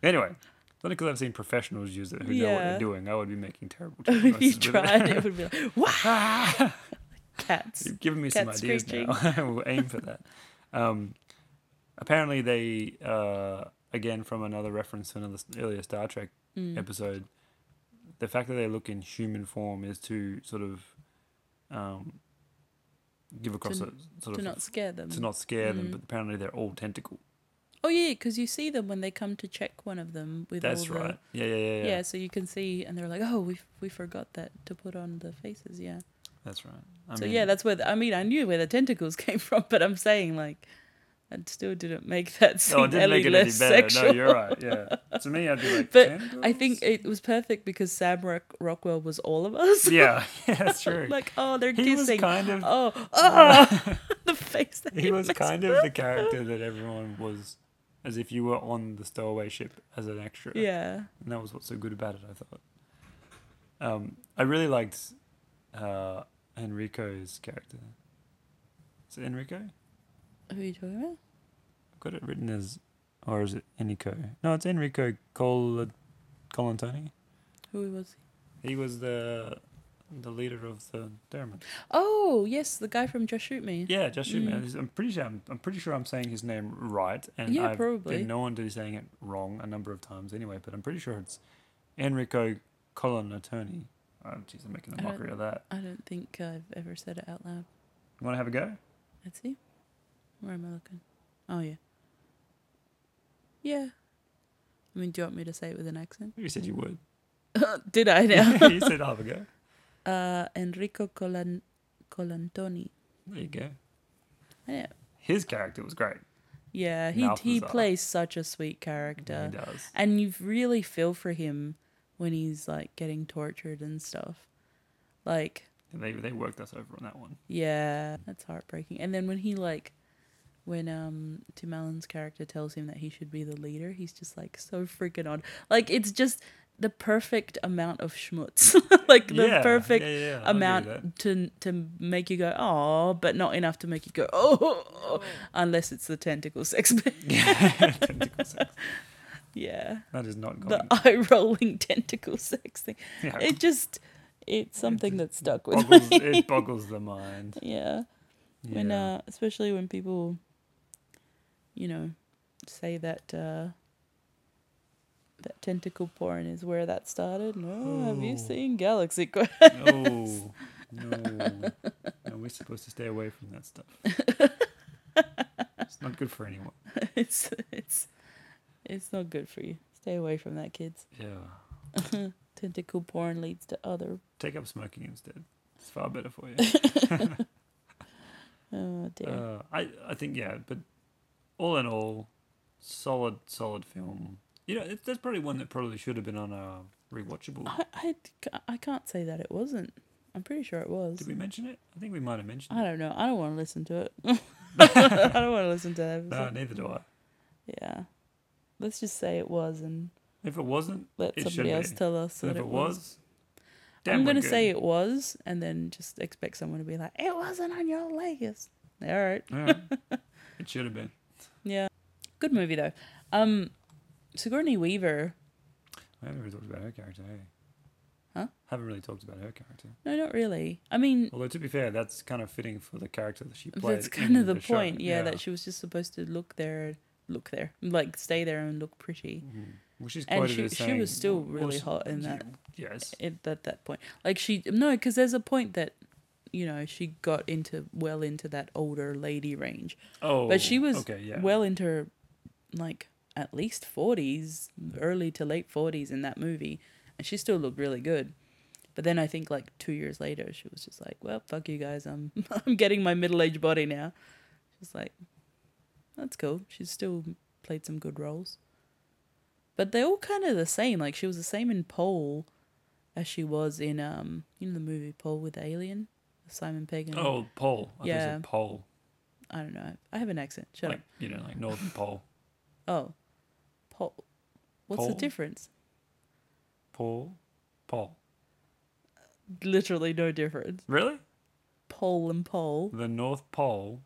[SPEAKER 1] anyway, it's only because I've seen professionals use it who know what
[SPEAKER 2] Yeah.
[SPEAKER 1] they're doing. I would be making terrible
[SPEAKER 2] if you
[SPEAKER 1] choices. with
[SPEAKER 2] tried, it would be like, wow,
[SPEAKER 1] it.
[SPEAKER 2] cats.
[SPEAKER 1] You've given me some
[SPEAKER 2] Cat
[SPEAKER 1] ideas now. I will aim for that. Um, apparently, they uh, again from another reference to another s- earlier Star Trek
[SPEAKER 2] Hmm. Mm.
[SPEAKER 1] episode. The fact that they look in human form is to sort of um, give across
[SPEAKER 2] To-
[SPEAKER 1] a sort
[SPEAKER 2] To
[SPEAKER 1] of
[SPEAKER 2] not mm. scare them.
[SPEAKER 1] to not scare them. But apparently, they're all tentacle.
[SPEAKER 2] oh yeah, because you see them when they come to check one of them with all
[SPEAKER 1] That's
[SPEAKER 2] the
[SPEAKER 1] right. Yeah, yeah, yeah,
[SPEAKER 2] yeah.
[SPEAKER 1] yeah.
[SPEAKER 2] so you can see, and they're like, oh, we we forgot that to put on the faces, yeah.
[SPEAKER 1] That's right. I
[SPEAKER 2] so
[SPEAKER 1] mean,
[SPEAKER 2] yeah, that's where the, I mean I knew where the tentacles came from, but I'm saying like it still didn't make that
[SPEAKER 1] oh,
[SPEAKER 2] seem
[SPEAKER 1] it didn't
[SPEAKER 2] any
[SPEAKER 1] make it any
[SPEAKER 2] less
[SPEAKER 1] better. No,
[SPEAKER 2] sexual.
[SPEAKER 1] you're right. Yeah. To me, I'd be like,
[SPEAKER 2] But
[SPEAKER 1] tentacles?
[SPEAKER 2] I think it was perfect because Sam Rock- Rockwell was all of us.
[SPEAKER 1] yeah, yeah, that's true.
[SPEAKER 2] like oh, they're
[SPEAKER 1] he was
[SPEAKER 2] kissing.
[SPEAKER 1] kind of
[SPEAKER 2] Oh, oh, the face that he,
[SPEAKER 1] he was
[SPEAKER 2] makes.
[SPEAKER 1] kind of the character that everyone was as if you were on the stowaway ship as an extra
[SPEAKER 2] Yeah,
[SPEAKER 1] and that was what's so good about it i thought um, i really liked uh, enrico's character is it enrico i've
[SPEAKER 2] who are you talking about?
[SPEAKER 1] got it written as or is it enrico no it's enrico col colantoni
[SPEAKER 2] Who was he?
[SPEAKER 1] he was the the leader of the Dermot.
[SPEAKER 2] Oh yes, the guy from Just Shoot Me.
[SPEAKER 1] Yeah, just shoot me.
[SPEAKER 2] Mm.
[SPEAKER 1] He's- I'm pretty sure I'm, I'm pretty sure I'm saying his name right, and
[SPEAKER 2] Yeah,
[SPEAKER 1] I've
[SPEAKER 2] probably.
[SPEAKER 1] been known to be saying it wrong a number of times anyway. But I'm pretty sure it's Enrico Colonnatoni. Oh, jeez, I'm making a
[SPEAKER 2] I don't-
[SPEAKER 1] mockery of that.
[SPEAKER 2] I don't think I've ever said it out loud.
[SPEAKER 1] You want to have a go?
[SPEAKER 2] Let's see. Where am I looking? Oh yeah. Yeah. I mean, do you want me to say it with an accent?
[SPEAKER 1] You said you would.
[SPEAKER 2] Did I now?
[SPEAKER 1] you said have a go.
[SPEAKER 2] uh, Enrico Colan- Colantoni.
[SPEAKER 1] There you go.
[SPEAKER 2] Yeah,
[SPEAKER 1] His character was great.
[SPEAKER 2] yeah he he
[SPEAKER 1] Malthazar.
[SPEAKER 2] plays such a sweet character,
[SPEAKER 1] He does.
[SPEAKER 2] and you really feel for him when he's like getting tortured and stuff. Like,
[SPEAKER 1] And they they worked us over on that one.
[SPEAKER 2] yeah, that's heartbreaking. And then when he like. When um Tim Allen's character tells him that he should be the leader, he's just like so freaking on. Like it's just the perfect amount of schmutz, like the
[SPEAKER 1] Yeah,
[SPEAKER 2] perfect
[SPEAKER 1] yeah, yeah, I'll agree with
[SPEAKER 2] amount to to make you go oh, but not enough to make you go oh, unless it's the tentacle sex.
[SPEAKER 1] Tentacle sex.
[SPEAKER 2] yeah,
[SPEAKER 1] that is not going.
[SPEAKER 2] the eye rolling tentacle sex thing.
[SPEAKER 1] yeah, it
[SPEAKER 2] It just it's something that stuck with
[SPEAKER 1] boggles,
[SPEAKER 2] me.
[SPEAKER 1] it boggles the mind.
[SPEAKER 2] yeah.
[SPEAKER 1] Yeah.
[SPEAKER 2] when uh, especially when people you know say that uh that tentacle porn is where that started no have
[SPEAKER 1] Oh.
[SPEAKER 2] you seen galaxy quest
[SPEAKER 1] oh no. no, we're supposed to stay away from that stuff. it's not good for anyone.
[SPEAKER 2] it's it's it's not good for you stay away from that kids
[SPEAKER 1] Yeah,
[SPEAKER 2] tentacle porn leads to other
[SPEAKER 1] take up smoking instead. It's far better for you.
[SPEAKER 2] oh dear
[SPEAKER 1] Uh, I I think yeah, but all in all, solid solid film. You know, it, that's probably one that probably should have been on a rewatchable.
[SPEAKER 2] I, I ca- I can't say that it wasn't i'm pretty sure it was
[SPEAKER 1] Did we mention it? I think we might have mentioned it.
[SPEAKER 2] i don't know i don't want to listen to it i don't want to listen to that
[SPEAKER 1] No, neither do I.
[SPEAKER 2] Yeah. Let's just say it was and
[SPEAKER 1] If it wasn't,
[SPEAKER 2] let
[SPEAKER 1] It should
[SPEAKER 2] somebody else
[SPEAKER 1] be.
[SPEAKER 2] tell us
[SPEAKER 1] and
[SPEAKER 2] that
[SPEAKER 1] if it
[SPEAKER 2] it, was.
[SPEAKER 1] was, damn,
[SPEAKER 2] I'm
[SPEAKER 1] we're
[SPEAKER 2] going to
[SPEAKER 1] good.
[SPEAKER 2] say it was and then just expect someone to be like, it wasn't on your latest. All right.
[SPEAKER 1] Yeah. it should have been.
[SPEAKER 2] Yeah. Good movie, though. Um, Sigourney Weaver.
[SPEAKER 1] I haven't really talked about her character. Hey?
[SPEAKER 2] Huh?
[SPEAKER 1] Haven't really talked about her character.
[SPEAKER 2] No, not really. I mean,
[SPEAKER 1] Although to be fair, that's kind of fitting for the Mm, character that she played.
[SPEAKER 2] that's kind
[SPEAKER 1] in
[SPEAKER 2] of the,
[SPEAKER 1] show.
[SPEAKER 2] point. Yeah, that she was just supposed to look there, look there, like stay there and look pretty.
[SPEAKER 1] Mhm. Well, she's
[SPEAKER 2] And
[SPEAKER 1] quoted
[SPEAKER 2] she-
[SPEAKER 1] as
[SPEAKER 2] she
[SPEAKER 1] saying-
[SPEAKER 2] was still
[SPEAKER 1] well,
[SPEAKER 2] really
[SPEAKER 1] she-
[SPEAKER 2] hot in that.
[SPEAKER 1] Yes.
[SPEAKER 2] at at that point. Like she no, because there's a point that you know she got into well into that older lady range,
[SPEAKER 1] Oh,
[SPEAKER 2] but she was
[SPEAKER 1] okay. Yeah.
[SPEAKER 2] well into her, like at least forties, early to late forties in that movie, and she still looked really good. But then I think like two years later, she was just like, "Well, fuck you guys, I'm I'm getting my middle aged body now." She's like, "That's cool." She's still played some good roles, but they're all kind of the same. Like she was the same in Pole as she was in um you know the movie Pole with Alien, Simon Pegg and
[SPEAKER 1] Oh, pole. I yeah.
[SPEAKER 2] Yeah.
[SPEAKER 1] Said pole.
[SPEAKER 2] I don't know. I have an accent. Shut
[SPEAKER 1] Like you know, like northern pole.
[SPEAKER 2] up. Oh, Pole. What's
[SPEAKER 1] Pole?
[SPEAKER 2] the difference?
[SPEAKER 1] Pole. Pole.
[SPEAKER 2] Literally no difference.
[SPEAKER 1] Really?
[SPEAKER 2] Pole and Pole,
[SPEAKER 1] The North Pole.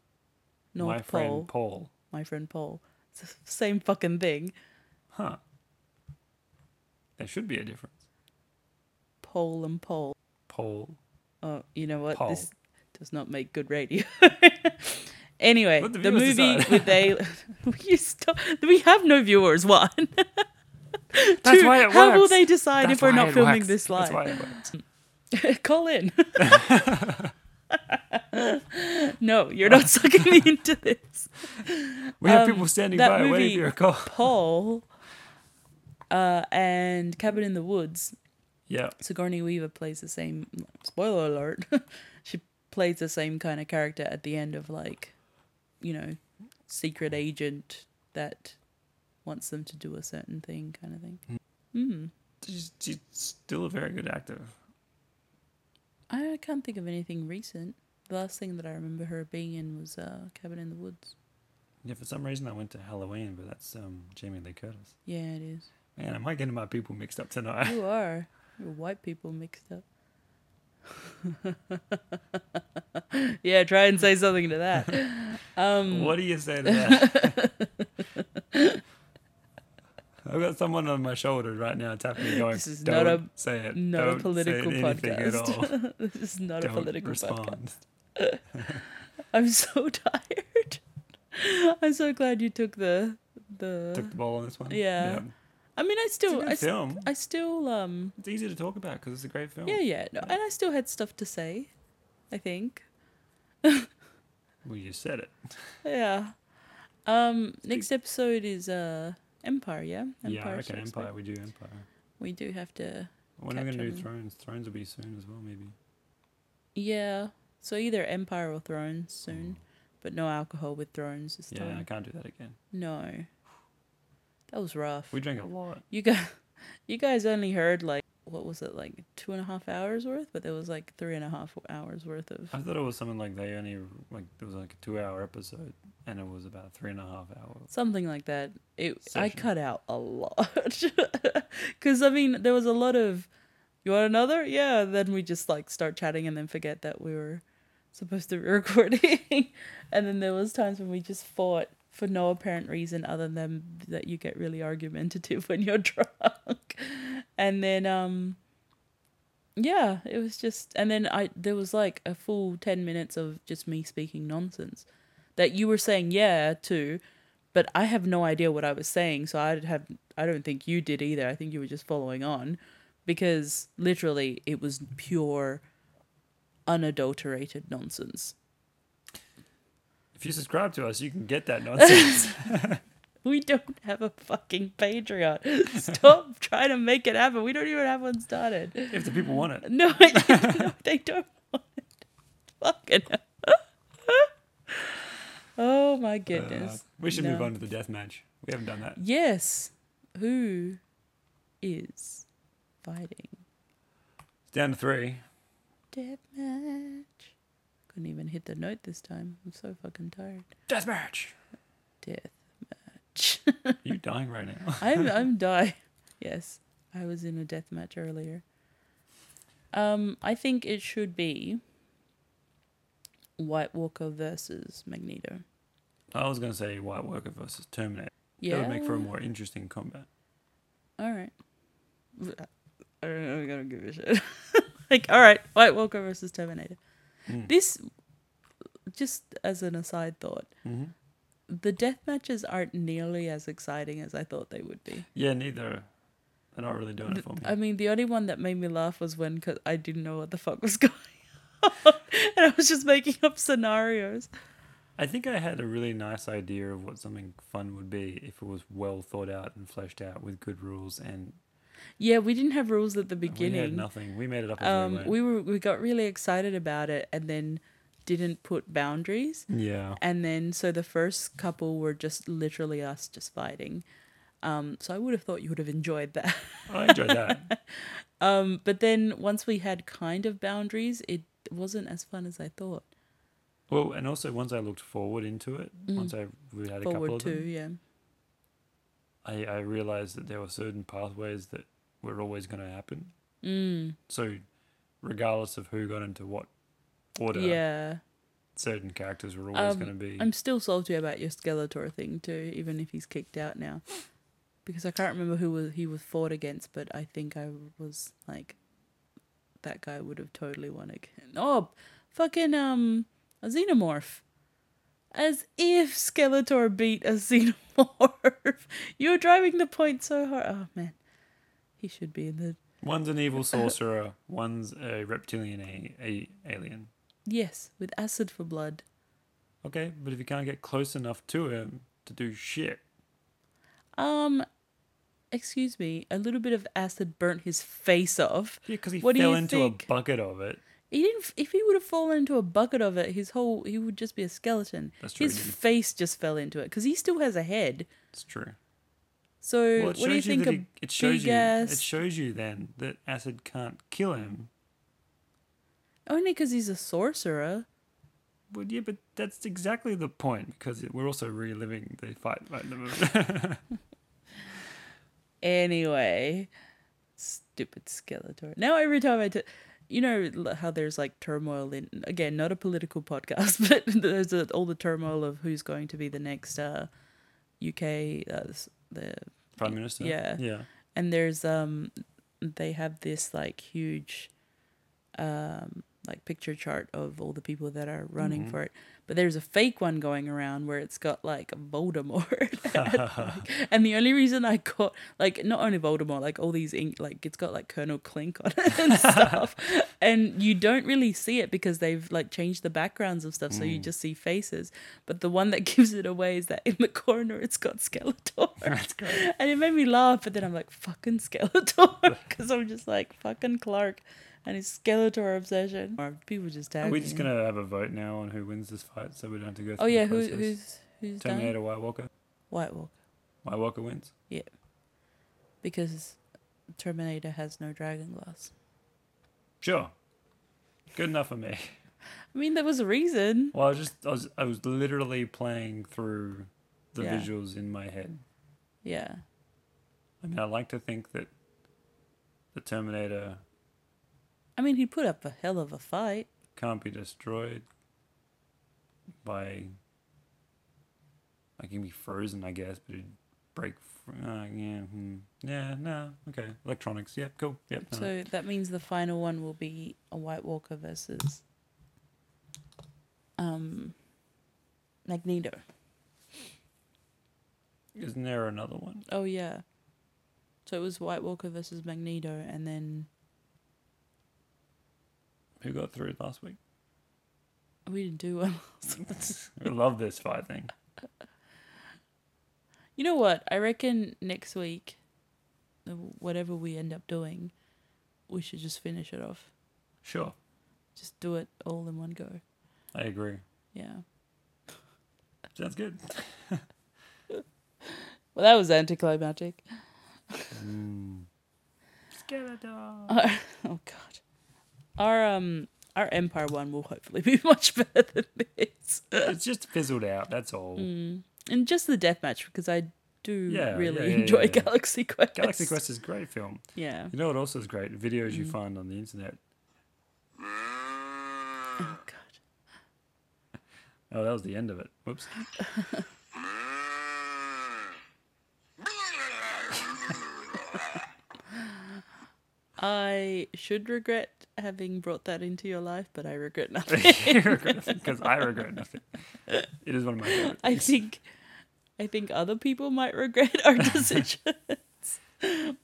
[SPEAKER 2] North
[SPEAKER 1] my
[SPEAKER 2] Pole,
[SPEAKER 1] friend Paul.
[SPEAKER 2] my friend Pole. It's the same fucking thing.
[SPEAKER 1] Huh. There should be a difference.
[SPEAKER 2] Pole and Pole.
[SPEAKER 1] Pole.
[SPEAKER 2] Oh, you know what?
[SPEAKER 1] Pole.
[SPEAKER 2] This does not make good radio. anyway,
[SPEAKER 1] Let the
[SPEAKER 2] the,
[SPEAKER 1] viewers
[SPEAKER 2] movie
[SPEAKER 1] decide.
[SPEAKER 2] with Alien. you stop? We have no viewers. One.
[SPEAKER 1] That's
[SPEAKER 2] Two,
[SPEAKER 1] why it
[SPEAKER 2] How will
[SPEAKER 1] works.
[SPEAKER 2] they decide
[SPEAKER 1] That's
[SPEAKER 2] if we're
[SPEAKER 1] why
[SPEAKER 2] not
[SPEAKER 1] it
[SPEAKER 2] filming
[SPEAKER 1] works.
[SPEAKER 2] this live?
[SPEAKER 1] That's why it works.
[SPEAKER 2] Call in. no, you're not sucking me into this.
[SPEAKER 1] We have
[SPEAKER 2] Um,
[SPEAKER 1] people standing
[SPEAKER 2] that
[SPEAKER 1] by waiting
[SPEAKER 2] movie-
[SPEAKER 1] for your call.
[SPEAKER 2] Paul uh, and Cabin in the Woods.
[SPEAKER 1] Yeah.
[SPEAKER 2] Sigourney Weaver plays the same. Spoiler alert. she plays the same kind of character at the end of like, you know, secret agent that wants them to do a certain thing, kind of thing. Mm.
[SPEAKER 1] She's, she's still a very good actor.
[SPEAKER 2] I can't think of anything recent. The last thing that I remember her being in was uh, Cabin in the Woods.
[SPEAKER 1] Yeah, for some reason I went to Halloween, but that's um, Jamie Lee Curtis.
[SPEAKER 2] Yeah, it is.
[SPEAKER 1] Man, am I getting my people mixed up tonight?
[SPEAKER 2] You are. You're white people mixed up. yeah, try and say something to that. Mm. Um,
[SPEAKER 1] What do you say to that? I've got someone on my shoulder right now tapping me going,
[SPEAKER 2] This is
[SPEAKER 1] don't
[SPEAKER 2] not a-
[SPEAKER 1] say it.
[SPEAKER 2] not a
[SPEAKER 1] don't
[SPEAKER 2] political
[SPEAKER 1] say anything at
[SPEAKER 2] podcast.
[SPEAKER 1] all.
[SPEAKER 2] this is not
[SPEAKER 1] don't
[SPEAKER 2] a political
[SPEAKER 1] respond.
[SPEAKER 2] podcast. I'm so tired. I'm so glad you took the the.
[SPEAKER 1] Took the ball on this one.
[SPEAKER 2] Yeah. I mean, I
[SPEAKER 1] It's a
[SPEAKER 2] still,
[SPEAKER 1] good
[SPEAKER 2] I, s-
[SPEAKER 1] film.
[SPEAKER 2] I still, um,
[SPEAKER 1] It's easy to talk about because it's a great film.
[SPEAKER 2] yeah, yeah, no, and I still had stuff to say. I think,
[SPEAKER 1] Well, you said it.
[SPEAKER 2] yeah. Um,
[SPEAKER 1] Speak-
[SPEAKER 2] next episode is uh Empire, yeah.
[SPEAKER 1] yeah,
[SPEAKER 2] Empire
[SPEAKER 1] okay,
[SPEAKER 2] Strikes Back.
[SPEAKER 1] Empire. We do Empire.
[SPEAKER 2] We do have to
[SPEAKER 1] When are we going
[SPEAKER 2] Catch
[SPEAKER 1] to do
[SPEAKER 2] on.
[SPEAKER 1] Thrones? Thrones will be soon as well, maybe.
[SPEAKER 2] Yeah. So either Empire or Thrones soon. But no alcohol with Thrones this
[SPEAKER 1] Mm. Yeah, I
[SPEAKER 2] time.
[SPEAKER 1] can't do that again.
[SPEAKER 2] No. That was rough.
[SPEAKER 1] We drank a lot.
[SPEAKER 2] you guys, you guys only heard like what was it like two and a half hours worth? But there was like three and a half hours worth of.
[SPEAKER 1] I thought it was something like they only like it was like a two-hour episode, and it was about a three and a half hours.
[SPEAKER 2] Something like that. It I
[SPEAKER 1] Session.
[SPEAKER 2] cut out a lot because I mean there was a lot of you want another yeah then we just like start chatting and then forget that we were supposed to be recording and then there was times when we just fought for no apparent reason other than that you get really argumentative when you're drunk and then um yeah it was just and then i there was like a full 10 minutes of just me speaking nonsense that you were saying yeah to but i have no idea what i was saying so i have i don't think you did either i think you were just following on because literally it was pure unadulterated nonsense
[SPEAKER 1] If you subscribe to us, you can get that nonsense.
[SPEAKER 2] we don't have a fucking patreon stop trying to make it happen we don't even have one started
[SPEAKER 1] if the people want it.
[SPEAKER 2] No, I- no, they don't want it. Fucking. hell. oh my
[SPEAKER 1] Uh,
[SPEAKER 2] goodness.
[SPEAKER 1] we should move
[SPEAKER 2] No.
[SPEAKER 1] on to the death match. We haven't done that.
[SPEAKER 2] Yes. Who is fighting
[SPEAKER 1] It's down to three.
[SPEAKER 2] deathmatch? Couldn't even hit the note this time. I'm so fucking tired.
[SPEAKER 1] Death match.
[SPEAKER 2] Deathmatch.
[SPEAKER 1] Are you dying right now?
[SPEAKER 2] I'm I'm die. Yes, I was in a death match earlier. Um, I think it should be White Walker versus Magneto.
[SPEAKER 1] I was going to say White Worker versus Terminator.
[SPEAKER 2] Yeah.
[SPEAKER 1] That would make for a more interesting combat.
[SPEAKER 2] All right. I don't know. I don't give a shit. like, all right, White Walker versus Terminator.
[SPEAKER 1] Mm.
[SPEAKER 2] This, just as an aside thought,
[SPEAKER 1] Mhm.
[SPEAKER 2] the death matches aren't nearly as exciting as I thought they would be.
[SPEAKER 1] Yeah, neither. They're not really doing it
[SPEAKER 2] Th- um,
[SPEAKER 1] for me.
[SPEAKER 2] I mean, the only one that made me laugh was when cause I didn't know what the fuck was going on, and I was just making up scenarios.
[SPEAKER 1] I think I had a really nice idea of what something fun would be if it was well thought out and fleshed out with good rules. And
[SPEAKER 2] Yeah, we didn't have rules at the
[SPEAKER 1] we had
[SPEAKER 2] beginning.
[SPEAKER 1] nothing. We made it up as we
[SPEAKER 2] um,
[SPEAKER 1] went.
[SPEAKER 2] we were we got really excited about it, and then didn't put boundaries.
[SPEAKER 1] yeah.
[SPEAKER 2] And then, so the first couple were just literally us just fighting. Um, so I would have thought you would have enjoyed that.
[SPEAKER 1] I enjoyed that.
[SPEAKER 2] Um, but then once we had kind of boundaries, it wasn't as fun as I thought.
[SPEAKER 1] Well, and also once I looked forward into it, once I we had a couple
[SPEAKER 2] Mm. Forward
[SPEAKER 1] of
[SPEAKER 2] to,
[SPEAKER 1] them,
[SPEAKER 2] yeah.
[SPEAKER 1] I, I realized that there were certain pathways that were always going to happen.
[SPEAKER 2] Mm,
[SPEAKER 1] So, regardless of who got into what order,
[SPEAKER 2] yeah.
[SPEAKER 1] certain characters were always
[SPEAKER 2] Um,
[SPEAKER 1] going to be.
[SPEAKER 2] I'm still salty about your Skeletor thing, too, even if he's kicked out now. Because I can't remember who was, he was fought against, but I think I was like, that guy would have totally won again. Oh, fucking um, a xenomorph. As if Skeletor beat a xenomorph. you were driving the point so hard. Oh man, he should be in the
[SPEAKER 1] One's an evil sorcerer. one's a reptilian a, a alien.
[SPEAKER 2] yes with acid for blood.
[SPEAKER 1] Okay, but if you can't get close enough to him to do shit,
[SPEAKER 2] Um, excuse me, a little bit of acid burnt his face off.
[SPEAKER 1] yeah, because he
[SPEAKER 2] What do
[SPEAKER 1] fell
[SPEAKER 2] you
[SPEAKER 1] into
[SPEAKER 2] think?
[SPEAKER 1] a bucket of it.
[SPEAKER 2] He didn't. If he would have fallen into a bucket of it, his whole he would just be a skeleton.
[SPEAKER 1] That's true,
[SPEAKER 2] his
[SPEAKER 1] he didn't.
[SPEAKER 2] face just fell into it because he still has a head.
[SPEAKER 1] It's true.
[SPEAKER 2] So
[SPEAKER 1] Well, it
[SPEAKER 2] what do you
[SPEAKER 1] shows you
[SPEAKER 2] think?
[SPEAKER 1] that
[SPEAKER 2] of
[SPEAKER 1] he, it shows
[SPEAKER 2] big
[SPEAKER 1] you. It
[SPEAKER 2] ass-
[SPEAKER 1] shows you then that acid can't kill him.
[SPEAKER 2] Only because he's a sorcerer.
[SPEAKER 1] Well, yeah, but that's exactly the point because we're also reliving the fight right at the moment.
[SPEAKER 2] Anyway, stupid Skeletor. Now every time I, t- you know l- how there's like turmoil in again, not a political podcast, but there's a, all the turmoil of who's going to be the next uh, UK uh, s- the
[SPEAKER 1] Prime Minister.
[SPEAKER 2] Yeah.
[SPEAKER 1] Yeah.
[SPEAKER 2] and there's um they have this like huge um like picture chart of all the people that are running for it but there's a fake one going around where it's got like Voldemort Like, and the only reason I got like not only Voldemort like all these ink like it's got like Colonel Clink on it and stuff and you don't really see it because they've like changed the backgrounds of stuff so you just see faces but the one that gives it away is that in the corner it's got Skeletor
[SPEAKER 1] That's great.
[SPEAKER 2] and it made me laugh, but then I'm like, fucking Skeletor. Because I'm just like, fucking Clark and his Skeletor obsession. Or people just tag
[SPEAKER 1] Are we
[SPEAKER 2] me.
[SPEAKER 1] just gonna have a vote now on who wins this fight, so we don't have to go through
[SPEAKER 2] Oh, yeah,
[SPEAKER 1] the
[SPEAKER 2] who,
[SPEAKER 1] process?
[SPEAKER 2] who's who's done?
[SPEAKER 1] Terminator White Walker.
[SPEAKER 2] White Walker.
[SPEAKER 1] White Walker wins.
[SPEAKER 2] Because Terminator has no dragon glass.
[SPEAKER 1] Sure. Good enough for me.
[SPEAKER 2] I mean, there was a reason.
[SPEAKER 1] Well, I was just I was I was literally playing through the
[SPEAKER 2] Yeah.
[SPEAKER 1] visuals in my head.
[SPEAKER 2] Yeah.
[SPEAKER 1] I mean, I like to think that the Terminator
[SPEAKER 2] I mean, he put up a hell of a fight.
[SPEAKER 1] can't be destroyed by. Like, he can be frozen, I guess, but it'd break. Fr- uh, yeah, hmm. yeah, no, okay. Electronics, yeah, cool. Yep. no, no.
[SPEAKER 2] So that means the final one will be a White Walker versus um Magneto.
[SPEAKER 1] Isn't there another one?
[SPEAKER 2] Oh yeah. So it was White Walker versus Magneto and then
[SPEAKER 1] Who got through last week?
[SPEAKER 2] we didn't do one.
[SPEAKER 1] I love this fight thing.
[SPEAKER 2] You know what? I reckon next week uh, whatever we end up doing, we should just finish it off.
[SPEAKER 1] Sure,
[SPEAKER 2] Just do it all in one go.
[SPEAKER 1] I agree.
[SPEAKER 2] Yeah.
[SPEAKER 1] Sounds good.
[SPEAKER 2] Well, that was anticlimactic. Hmm.
[SPEAKER 1] Mm. Skeletor.
[SPEAKER 2] Oh god. Our um our Empire one will hopefully be much better than this.
[SPEAKER 1] it's just fizzled out. That's all.
[SPEAKER 2] Mm. And just the deathmatch because I do
[SPEAKER 1] Yeah,
[SPEAKER 2] really
[SPEAKER 1] yeah, yeah,
[SPEAKER 2] enjoy
[SPEAKER 1] yeah, yeah.
[SPEAKER 2] Galaxy Quest.
[SPEAKER 1] Galaxy Quest is a great film.
[SPEAKER 2] Yeah.
[SPEAKER 1] You know what also is great? Videos
[SPEAKER 2] Mm.
[SPEAKER 1] you find on the internet.
[SPEAKER 2] Oh god.
[SPEAKER 1] Oh, that was the end of it. Whoops.
[SPEAKER 2] I should regret having brought that into your life, but I regret nothing.
[SPEAKER 1] Because I regret nothing. It is one of my favorites.
[SPEAKER 2] I think I think other people might regret our decisions.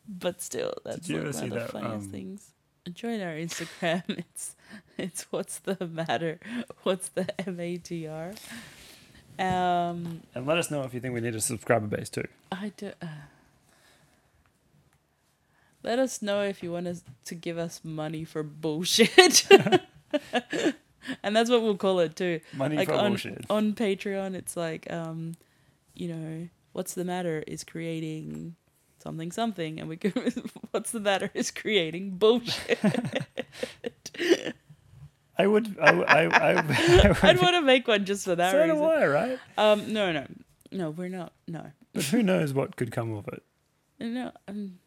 [SPEAKER 2] but still, that's
[SPEAKER 1] you
[SPEAKER 2] like
[SPEAKER 1] ever
[SPEAKER 2] one
[SPEAKER 1] see
[SPEAKER 2] of the
[SPEAKER 1] that,
[SPEAKER 2] funniest
[SPEAKER 1] um,
[SPEAKER 2] things. Join our Instagram. It's it's what's the matter? What's the M A T R? Um
[SPEAKER 1] And let us know if you think we need a subscriber base too.
[SPEAKER 2] I do uh, let us know if you want us to give us money for bullshit. and that's what we'll call it too
[SPEAKER 1] Money
[SPEAKER 2] like
[SPEAKER 1] for
[SPEAKER 2] on,
[SPEAKER 1] bullshit.
[SPEAKER 2] on Patreon, it's like, um, you know, what's the matter is creating something something, and we go, what's the matter is creating bullshit.
[SPEAKER 1] I would. I, w- I, I, I would.
[SPEAKER 2] I'd want to make one just for that
[SPEAKER 1] so do
[SPEAKER 2] reason.
[SPEAKER 1] I, right?
[SPEAKER 2] Um, no, no, no, we're not. No,
[SPEAKER 1] But who knows what could come of it?
[SPEAKER 2] no. Um,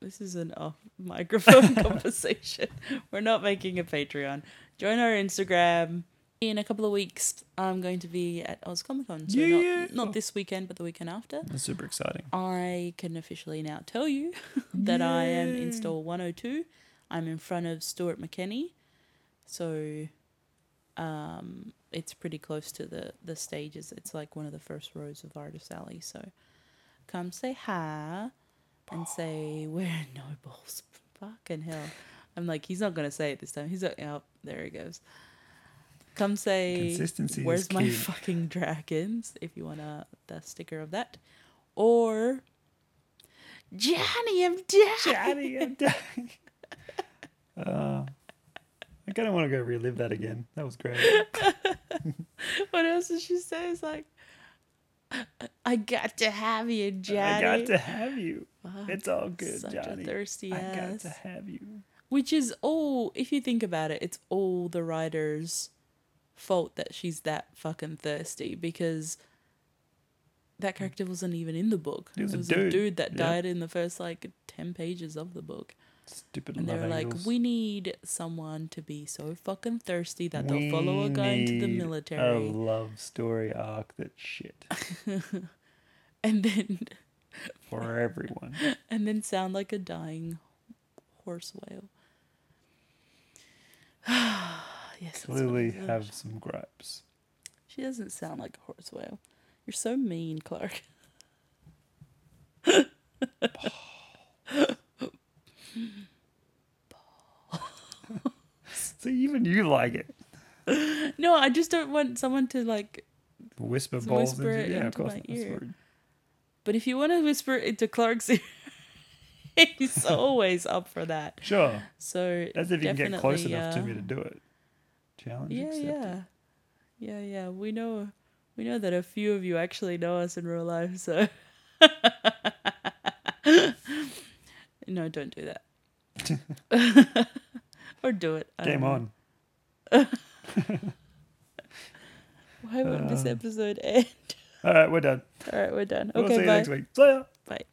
[SPEAKER 2] this is an off microphone conversation. We're not making a Patreon. Join our Instagram. In a couple of weeks, I'm going to be at Oz Comic Con. So
[SPEAKER 1] Yeah.
[SPEAKER 2] not, not this weekend, but the weekend after.
[SPEAKER 1] That's super exciting.
[SPEAKER 2] I can officially now tell you that I am in stall 102. I'm in front of Stuart McKenney. So um, it's pretty close to the, the stages. It's like one of the first rows of Artist Alley. So come say hi and say, We're no balls. Fucking hell. I'm like, he's not going to say it this time. He's like, Oh, there he goes. Come say,
[SPEAKER 1] Consistency is
[SPEAKER 2] Where's my
[SPEAKER 1] key.
[SPEAKER 2] fucking dragons? If you want a, the sticker of that. Or Johnny, I'm dead.
[SPEAKER 1] Johnny, I'm dying. Uh, I kind of want to go relive that again. That was great.
[SPEAKER 2] What else did she say? It's like, I got to have you, Johnny.
[SPEAKER 1] I got to have you.
[SPEAKER 2] Fuck,
[SPEAKER 1] It's all good,
[SPEAKER 2] such
[SPEAKER 1] Johnny.
[SPEAKER 2] a thirsty
[SPEAKER 1] I got
[SPEAKER 2] ass.
[SPEAKER 1] to have you.
[SPEAKER 2] Which is all, if you think about it, it's all the writer's fault that she's that fucking thirsty because that character wasn't even in the book.
[SPEAKER 1] It was a
[SPEAKER 2] a
[SPEAKER 1] dude.
[SPEAKER 2] dude that
[SPEAKER 1] Yeah.
[SPEAKER 2] died in the first like 10 pages of the book.
[SPEAKER 1] Stupid
[SPEAKER 2] And
[SPEAKER 1] love
[SPEAKER 2] they're like,
[SPEAKER 1] angles.
[SPEAKER 2] we need someone to be so fucking thirsty that they'll follow a guy into the
[SPEAKER 1] need
[SPEAKER 2] military.
[SPEAKER 1] A love story arc that shit
[SPEAKER 2] And then
[SPEAKER 1] for everyone.
[SPEAKER 2] and then sound like a dying horse whale. yes, that's what it
[SPEAKER 1] Clearly
[SPEAKER 2] is.
[SPEAKER 1] have some gripes.
[SPEAKER 2] She doesn't sound like a horse whale. You're so mean, Clark.
[SPEAKER 1] So even you like it.
[SPEAKER 2] No, I just don't want someone to like.
[SPEAKER 1] Whisper
[SPEAKER 2] So
[SPEAKER 1] balls
[SPEAKER 2] whisper
[SPEAKER 1] into,
[SPEAKER 2] it
[SPEAKER 1] yeah, of
[SPEAKER 2] into
[SPEAKER 1] course.
[SPEAKER 2] my
[SPEAKER 1] not. That's
[SPEAKER 2] ear.
[SPEAKER 1] rude.
[SPEAKER 2] But if you want to whisper it into Clark's ear, he's always up for that.
[SPEAKER 1] Sure.
[SPEAKER 2] So
[SPEAKER 1] That's if you can get close
[SPEAKER 2] definitely,
[SPEAKER 1] enough to
[SPEAKER 2] uh,
[SPEAKER 1] me to do it. Challenge
[SPEAKER 2] Yeah,
[SPEAKER 1] accepted.
[SPEAKER 2] yeah, yeah, yeah. We know, we know that a few of you actually know us in real life. So, no, don't do that. or do it. I don't
[SPEAKER 1] Game
[SPEAKER 2] know.
[SPEAKER 1] on.
[SPEAKER 2] Why won't this episode end?
[SPEAKER 1] All right, we're done.
[SPEAKER 2] All right, we're done.
[SPEAKER 1] We'll see
[SPEAKER 2] Okay,
[SPEAKER 1] you
[SPEAKER 2] bye.
[SPEAKER 1] next week. See ya.
[SPEAKER 2] Bye.